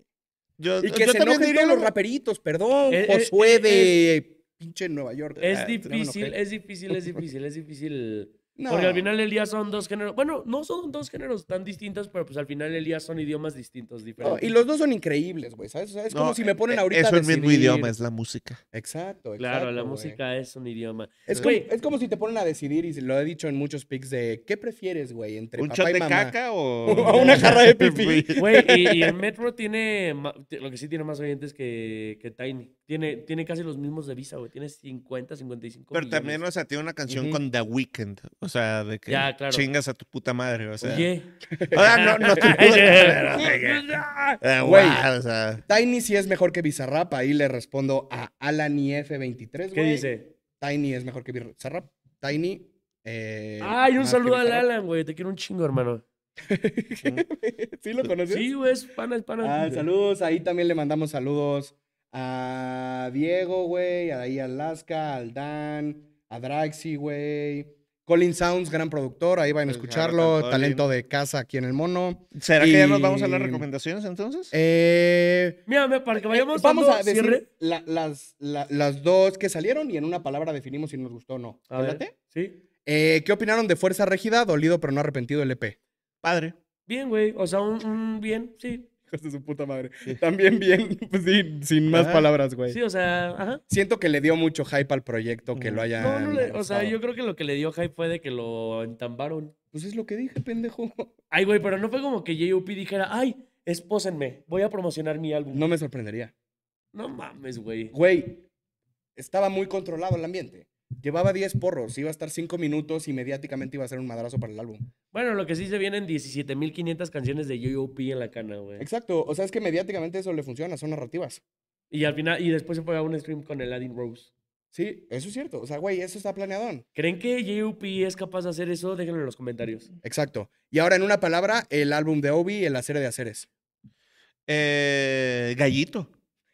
S3: Yo,
S1: Y que
S3: yo
S1: se
S3: también
S1: enojen
S3: diría
S1: todos
S3: lo-
S1: los raperitos, perdón,
S2: Eh, eh,
S1: Josué
S2: eh,
S1: de pinche Nueva York.
S2: Es
S1: Ah, no me enojé.
S2: difícil, es difícil, es difícil, es difícil.
S1: (laughs) No.
S2: Porque al final del día son dos géneros. Bueno, no son dos géneros tan distintos, pero pues al final del día son idiomas distintos,
S1: No,
S2: diferentes.
S1: Oh, y los dos son increíbles, güey, ¿sabes? O sea, es como
S3: No,
S1: si me ponen
S3: eh,
S1: ahorita
S3: Es
S1: a
S3: el mismo
S1: decidir-
S3: idioma, es la música.
S1: Exacto, exacto.
S2: Claro, la
S1: güey.
S2: música es un idioma.
S1: Es como,
S2: Güey.
S1: es como si te ponen a decidir, y lo he dicho en muchos pics, de ¿qué prefieres, güey? Entre
S3: ¿Un
S1: papá
S3: shot
S1: y
S3: de
S1: mamá.
S3: caca o...?
S1: (laughs) O
S3: (laughs)
S1: una jarra de pipí.
S2: Güey,
S1: (laughs)
S2: y, y el Metro tiene, ma- t- lo que sí tiene más oyentes que, que Tiny. Tiene, tiene casi los mismos de Visa, güey. Tiene 50, 55
S3: Pero también,
S2: millones.
S3: o sea, tiene una canción
S1: Ujú.
S3: con The Weeknd. O sea, de que
S2: Ya, claro.
S3: chingas a tu puta madre. O sea,
S2: Oye.
S3: o
S1: Ah,
S3: sea
S2: (laughs)
S3: no, no tu puta
S1: (laughs)
S3: madre. o sea, que- da
S1: Güey.
S3: igual, Eh, o sea,
S1: Tiny sí es mejor que Bizarrap, ahí le respondo a Alan y F23, güey.
S2: ¿Qué dice?
S1: Tiny es mejor que Bizarrap. Tiny... Eh,
S2: Ay, un
S1: más que
S2: saludo al
S1: Bizarrap.
S2: Alan, güey. Te quiero un chingo, hermano.
S3: mm.
S1: (laughs) ¿Sí lo conoces?
S2: Sí, güey, es pana, es pana.
S1: Ah, saludos. Ahí también le mandamos saludos a Diego, güey, ahí a Alaska, al Dan, a Draxi, güey. Colin Sounds, gran productor, ahí vayan a
S3: Pues, claro,
S1: escucharlo.
S3: Colin.
S1: Talento de casa aquí en el mono.
S3: ¿Será que ya nos
S1: Y-
S3: vamos a las recomendaciones entonces?
S1: Eh,
S2: Mira, mira, para que vayamos
S1: eh, vamos
S2: dando
S1: a decir
S2: cierre.
S1: la- las, la- las dos que salieron y en una palabra definimos si nos gustó o no.
S2: A ver,
S1: ¿Te late?
S2: Sí.
S1: Eh, ¿Qué opinaron de Fuerza Régida? Dolido pero no arrepentido E el EP.
S3: Padre.
S2: Bien, güey. O sea, un, un bien, sí.
S1: Hijos de su puta madre. También bien, (laughs) pues sí, sin más
S3: Ajá.
S1: palabras, güey.
S2: Sí, o sea, ajá.
S1: Siento que le dio mucho hype al proyecto que lo
S3: Ujú.
S1: haya.
S2: No, no le- o sea, yo creo que lo que le dio hype fue de que lo entambaron.
S1: Pues es lo que dije, pendejo.
S2: Ay, güey, pero no fue como que J.O.P. dijera, ay, espósenme, voy a promocionar mi álbum.
S1: No me sorprendería.
S2: No mames, güey.
S1: Güey, estaba muy controlado el ambiente. Llevaba 10 porros, iba a estar 5 minutos y mediáticamente iba a ser un madrazo para el álbum.
S2: Bueno, lo que sí se vienen 17.500 canciones de J.O.P. en la cana, güey.
S1: Exacto, o sea, es que mediáticamente eso le funciona, son narrativas.
S2: Y al final, y después se fue a un stream con el Aladdin Rose.
S1: Sí, eso es cierto. O sea, güey, eso está planeadón.
S2: ¿Creen que J.O.P. es capaz de hacer eso? Déjenlo en los comentarios.
S1: Exacto. Y ahora en una palabra, el álbum de Obi, El Acero de Aceres.
S3: Eh, gallito.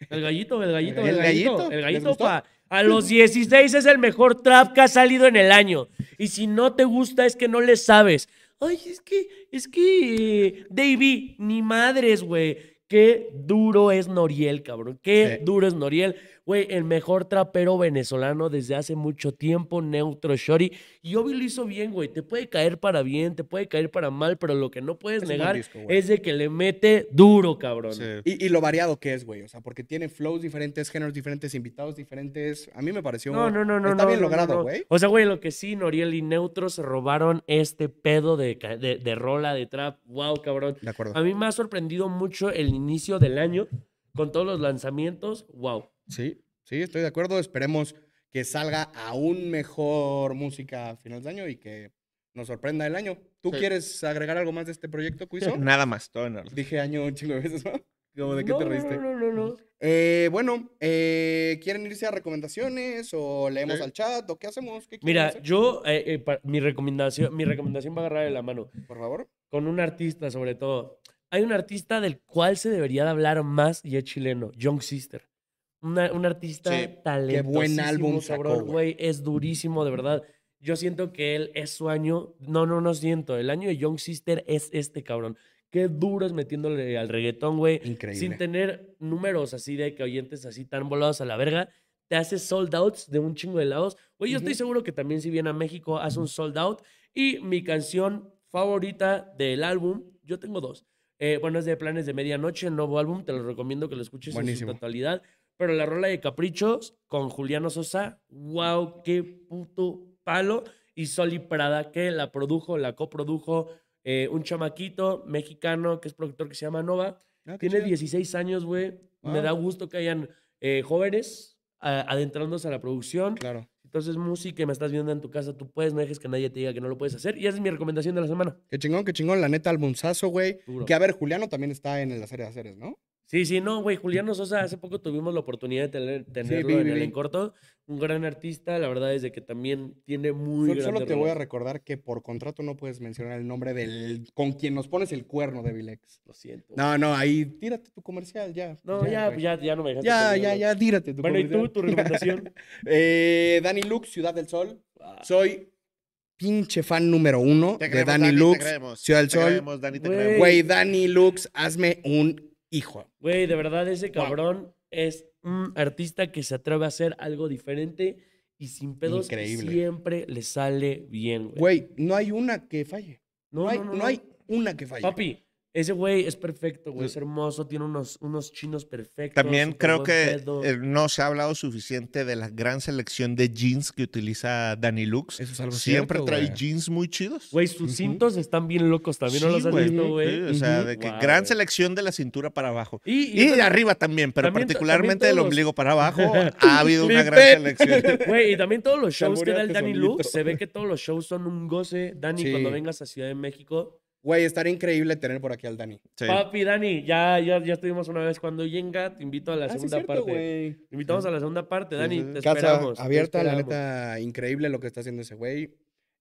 S2: El gallito, el gallito,
S1: ¿El
S2: el gallito.
S1: gallito?
S2: El
S1: ¿Les
S2: gallito,
S1: gustó?
S2: pa. A los 16 es el mejor trap que ha salido en el año. Y si no te gusta, es que no le sabes. Ay, es que, es que, eh, Davey, ni madres, güey. Qué duro es Noriel, cabrón. Qué
S1: Sí.
S2: duro es Noriel. Güey, el mejor trapero venezolano desde hace mucho tiempo, Neutro Shorty. Y Obi lo hizo bien, güey. Te puede caer para bien, te puede caer para mal, pero lo que no puedes
S1: Es un buen
S2: negar
S1: disco, güey.
S2: es de que le mete duro, cabrón.
S3: Sí.
S1: Y, y lo variado que es, güey. O sea, porque tiene flows diferentes, géneros diferentes, invitados diferentes. A mí me pareció.
S2: No, no, no, no.
S1: Está
S2: no,
S1: bien
S2: no, no,
S1: logrado,
S2: no.
S1: güey.
S2: O sea, güey, lo que sí, Noriel y Neutro se robaron este pedo de, ca- de, de rola, de trap. Wow, cabrón.
S1: De acuerdo.
S2: A mí me ha sorprendido mucho el inicio del año con todos los lanzamientos. Wow.
S1: Sí, sí, estoy de acuerdo. Esperemos que salga aún mejor música a final de año y que nos sorprenda el año. ¿Tú
S3: Sí.
S1: quieres agregar algo más de este
S2: (laughs)
S1: proyecto, Cuiso?
S3: Nada más, todo en orden.
S1: Dije año un chingo de veces, ¿no? Como de qué
S2: No,
S1: te
S2: no,
S1: reíste.
S2: No, no, no, no.
S1: Eh, Eh, bueno, eh, ¿quieren irse a recomendaciones o leemos
S3: Sí.
S1: al chat o qué hacemos? ¿Qué quieren
S2: Mira,
S1: hacer?
S2: yo, eh, eh, pa- mi, recomendación, mi recomendación va a agarrar de la mano.
S1: Por favor.
S2: Con un artista, sobre todo. Hay un artista del cual se debería de hablar más y es chileno, Young Sister. Una- un artista
S3: Sí,
S1: Qué
S2: talentosísimo.
S1: buen álbum sacó,
S2: cabrón,
S1: güey.
S2: güey. Es durísimo, de verdad. Yo siento que él es su año. No, no, no siento. El año de Young Sister es este, cabrón. Qué duro es metiéndole al reggaetón, güey. Sin
S1: Increíble.
S2: tener números así de que oyentes así tan volados a la verga, te hace sold outs de un chingo de lados. Güey, yo estoy
S1: Ujú.
S2: seguro que también si viene a México hace un sold out. Y mi canción favorita del álbum, yo tengo dos. Eh, bueno, es de Planes de Medianoche, el nuevo álbum, te lo recomiendo que lo escuches
S1: Buenísimo.
S2: en su totalidad. Pero la rola de Caprichos con Juliano Sosa, wow, qué puto palo. Y Soli Prada, que la produjo, la coprodujo eh, un chamaquito mexicano que es productor que se llama Nova.
S1: Ah, qué
S2: Tiene
S1: chido.
S2: 16 años, güey. Me da gusto que hayan eh, jóvenes a- adentrándose a la producción.
S1: Claro.
S2: Entonces, música que me estás viendo en tu casa, tú puedes, no dejes que nadie te diga que no lo puedes hacer. Y esa es mi recomendación de la semana.
S1: Qué chingón, qué chingón. La neta, albunzazo, güey.
S2: Duro.
S1: Que a ver, Juliano también está en la serie de Aceres, ¿no?
S2: Sí, sí, no, güey. Juliano Sosa, hace poco tuvimos la oportunidad de tener- tenerlo
S1: vi,
S2: en
S1: vi,
S2: el
S1: vi.
S2: En Corto. Un gran artista, la verdad es de que también tiene muy
S1: Sol- solo
S2: grandes
S1: te voy a
S2: rolas.
S1: recordar que por contrato no puedes mencionar el nombre del con quien nos pones el cuerno de Vilex.
S2: Lo siento. No,
S1: No, no, ahí tírate tu comercial ya.
S2: ya,
S1: güey.
S2: ya, ya no me dejaste.
S1: Ya, ya,
S2: terminarlo.
S1: ya, tírate tu
S2: (laughs) Bueno, ¿y tú,
S1: comercial. (laughs)
S2: tu recomendación?
S1: Eh, Dani Lux, Ciudad del Sol.
S2: Ah,
S1: Soy pinche fan número uno
S3: Te
S1: de
S3: queremos,
S1: Dani
S3: te
S1: Lux,
S3: queremos,
S1: Ciudad del
S3: te
S1: Sol.
S3: queremos, Dani, te
S2: Güey.
S3: queremos.
S1: Güey, Dani Lux, hazme un hijo.
S2: Güey, de verdad, ese cabrón es un artista que se atreve a hacer algo diferente y sin pedos. y
S1: Increíble.
S2: Siempre le sale bien, güey.
S1: Güey, no hay una que falle.
S2: no,
S1: No hay,
S2: no, no,
S1: no
S2: no.
S1: hay una que falle.
S2: Papi, ese güey es perfecto, güey. Es
S1: Sí.
S2: hermoso, tiene unos, unos chinos perfectos.
S3: También
S2: súper
S3: creo
S2: buen
S3: que
S2: pedo.
S3: eh, no se ha hablado suficiente de la gran selección de jeans que utiliza Dani Lux.
S1: Eso es algo
S3: Siempre
S1: cierto,
S3: trae
S1: güey.
S3: jeans muy chidos.
S2: Güey, sus
S1: Ujú.
S2: cintos están bien locos también, ¿no
S3: Sí,
S2: los has
S3: güey.
S2: visto, güey?
S3: Sí, o sea,
S1: Ujú.
S3: de que
S2: Guau,
S3: gran
S2: güey.
S3: selección de la cintura para abajo.
S2: Y,
S3: Y de arriba también, pero
S2: También to-
S3: particularmente
S2: también
S3: del
S2: todos.
S3: ombligo
S2: (laughs)
S3: para abajo ha habido una gran
S1: Flipé.
S3: selección.
S2: Güey, y también todos los
S1: Te
S2: shows que da el
S1: albureaste
S2: Dani
S1: solito.
S2: Lux, se ve que todos los shows son un goce. Dani,
S1: Sí.
S2: cuando vengas a Ciudad de México,
S1: Güey, estaría increíble tener por aquí al Dani.
S3: Sí.
S2: Papi, Dani, ya, ya, ya estuvimos una vez cuando Yenga, te invito a la
S1: Ah, sí,
S2: segunda
S1: cierto,
S2: parte.
S1: güey.
S2: Te invitamos a la segunda parte,
S3: Sí,
S2: Dani,
S3: sí, sí.
S2: te
S1: Casa
S2: esperamos. te
S1: abierta, la
S2: esperamos.
S1: neta, increíble lo que está haciendo ese güey.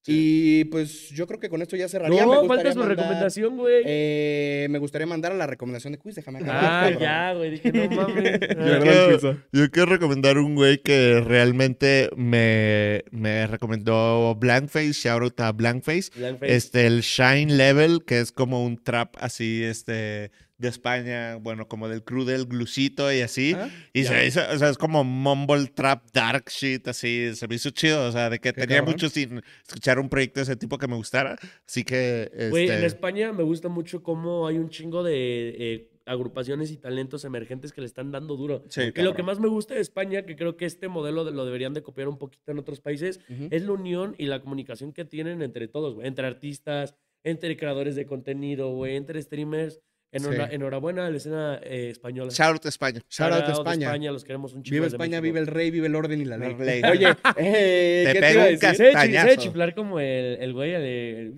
S1: Y pues yo creo que con esto ya cerraría.
S2: No,
S1: me
S2: falta
S1: gustaría
S2: su
S1: mandar,
S2: recomendación, güey.
S1: eh, me gustaría mandar a la recomendación de quiz, déjame acabar,
S2: (laughs)
S1: (laughs)
S2: ah,
S1: cabrón.
S2: ya, güey,
S1: (laughs)
S2: dije, no mames. Ah,
S3: Yo quiero, yo quiero recomendar un güey que realmente me, me recomendó Blankface, shout out a Blankface.
S2: Blackface.
S3: Este, el Shine Level, que es como un trap así, este, de España, bueno, como del crew del glucito y así.
S1: Ah,
S3: Y
S1: ya.
S3: se hizo, o sea, es como mumble trap, dark shit, así, se me hizo chido, o sea, de que
S1: Qué
S3: tenía
S1: cabrón.
S3: mucho sin escuchar un proyecto de ese tipo que me gustara, así que,
S2: Güey, en
S3: este,
S2: España me gusta mucho cómo hay un chingo de eh, agrupaciones y talentos emergentes que le están dando duro.
S3: sí,
S2: Y lo que
S3: cabrón.
S2: más me gusta de España, que creo que este modelo de- lo deberían de copiar un poquito en otros países,
S1: Ujú.
S2: es la unión y la comunicación que tienen entre todos, güey. Entre artistas, entre creadores de contenido, güey, entre streamers. Enhora-
S1: Sí.
S2: Enhorabuena a la escena eh, española.
S3: Shout out a España.
S1: Shout out a
S2: Shout
S1: España.
S2: los queremos un chingo.
S1: Vive
S2: desde
S1: España,
S2: México.
S1: vive el rey, vive el orden y la
S3: La
S1: ley.
S3: ley.
S1: Oye, (laughs) eh,
S3: Te
S1: ¿qué te
S3: pego
S1: iba a
S3: un
S1: decir?
S2: Se debe chi- se debe
S3: Castañazo.
S2: chiflar como el, el güey, el, el-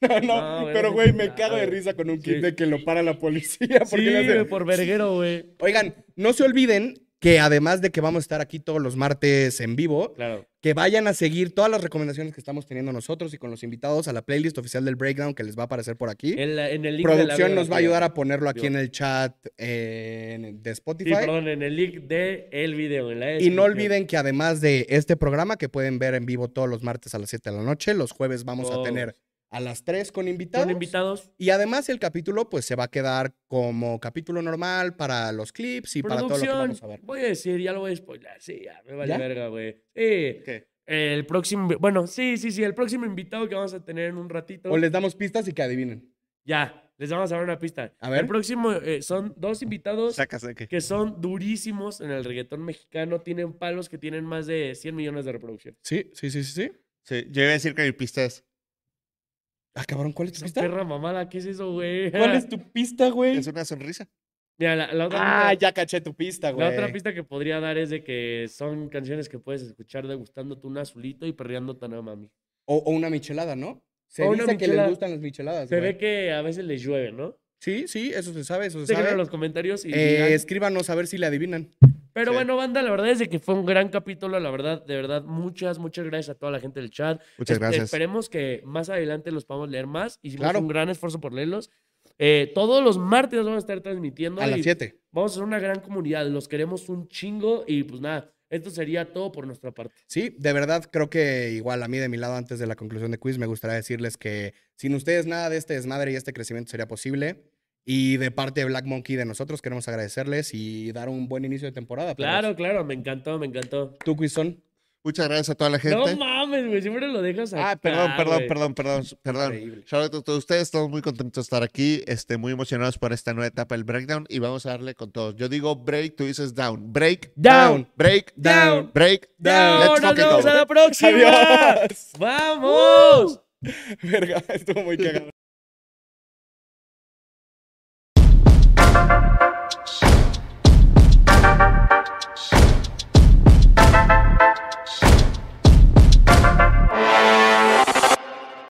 S1: No,
S2: (laughs) No,
S1: no,
S2: güey,
S1: pero
S2: no
S1: güey,
S2: sé
S1: me
S2: nada,
S1: cago de
S2: güey.
S1: risa con un
S2: Sí.
S1: kit de que lo para la policía. (laughs) Porque
S2: Sí,
S1: le hace-
S2: güey, por verguero, güey.
S1: Oigan, no se olviden que además de que vamos a estar aquí todos los martes en vivo,
S2: Claro.
S1: que vayan a seguir todas las recomendaciones que estamos teniendo nosotros y con los invitados a la playlist oficial del Breakdown que les va a aparecer por aquí.
S2: En, la- en el link de la
S1: Producción nos va a
S2: biografía.
S1: ayudar a ponerlo aquí
S2: Digo.
S1: en el chat eh, en- de
S2: Sí,
S1: Spotify.
S2: perdón, en el link de el video. En la
S1: Y no
S2: descripción.
S1: olviden que además de este programa que pueden ver en vivo todos los martes a las 7 de la noche, los jueves vamos a
S2: Todos.
S1: tener a las 3 con invitados.
S2: Son invitados.
S1: Y además el capítulo pues se va a quedar como capítulo normal para los clips y para todo lo que
S2: Producción,
S1: vamos a ver.
S2: voy a decir, ya lo voy a spoiler. Sí, ya, me vale
S1: ¿Ya?
S2: verga, güey. Sí.
S3: ¿Qué?
S2: El próximo, bueno, sí, sí, sí, el próximo invitado que vamos a tener en un ratito.
S1: O les damos pistas y que adivinen.
S2: Ya, les vamos a dar una pista.
S1: A ver.
S2: El próximo eh, son dos invitados
S3: Sacas de que.
S2: que son durísimos en el reggaetón mexicano. Tienen palos que tienen más de 100 millones de reproducciones.
S1: Sí, sí, sí, sí, sí.
S3: Sí, yo iba a decir que mi pista es,
S1: Ah, cabrón, ¿cuál es tu
S2: Esa
S1: pista?
S2: perra mamada, ¿qué es eso, güey?
S1: ¿Cuál es tu pista, güey?
S3: es una sonrisa.
S2: (laughs) Mira, la, la otra
S1: Ah,
S2: pista-
S1: ya caché tu pista, güey.
S2: La otra pista que podría dar es de que son canciones que puedes escuchar degustándote un azulito y perreándote a mami.
S1: O, o una michelada, ¿no? Se
S2: O una
S1: dice que les
S2: michelada.
S1: gustan las micheladas,
S2: Se
S1: güey.
S2: ve que a veces les llueve, ¿no?
S1: Sí, sí, eso se sabe, eso se
S2: Déjenlo
S1: sabe.
S2: en los comentarios y
S1: Eh,
S2: digan.
S1: escríbanos a ver si le adivinan.
S2: Pero
S3: Sí.
S2: bueno, banda, la verdad es de que fue un gran capítulo, la verdad, de verdad, muchas, muchas gracias a toda la gente del chat.
S3: Muchas
S1: Este,
S2: Es-
S3: gracias.
S2: Esperemos que más adelante los podamos leer más. Hicimos
S1: Claro.
S2: un gran esfuerzo por leerlos. Eh, todos los martes vamos a estar transmitiendo.
S1: A las
S2: y
S1: 7.
S2: Vamos a ser una gran comunidad, los queremos un chingo y pues nada, esto sería todo por nuestra parte.
S1: Sí, de verdad, creo que igual a mí de mi lado, antes de la conclusión de quiz, me gustaría decirles que sin ustedes nada de este desmadre y este crecimiento sería posible. Y de parte de Black Monkey y de nosotros queremos agradecerles y dar un buen inicio de temporada. perros.
S2: Claro, claro, me encantó, me encantó.
S1: ¿Tú, Quizón? (laughs)
S3: Muchas gracias a toda la
S2: No
S3: gente.
S2: mames, güey, siempre lo dejas acá,
S3: Ah, perdón, perdón,
S2: Pues, güey.
S3: perdón, perdón, perdón.
S1: Increíble.
S3: Shout out a todos ustedes, estamos muy contentos de estar aquí, este, muy emocionados por esta nueva etapa del breakdown y vamos a darle con todos. Yo digo break, tú dices down. Break,
S2: Down.
S3: break,
S2: Down.
S3: break,
S2: Down.
S3: Let's
S2: Nos
S3: fucking
S2: vemos
S3: go.
S2: a la próxima.
S1: Adiós.
S2: Vamos.
S1: Verga, estuvo muy cagado.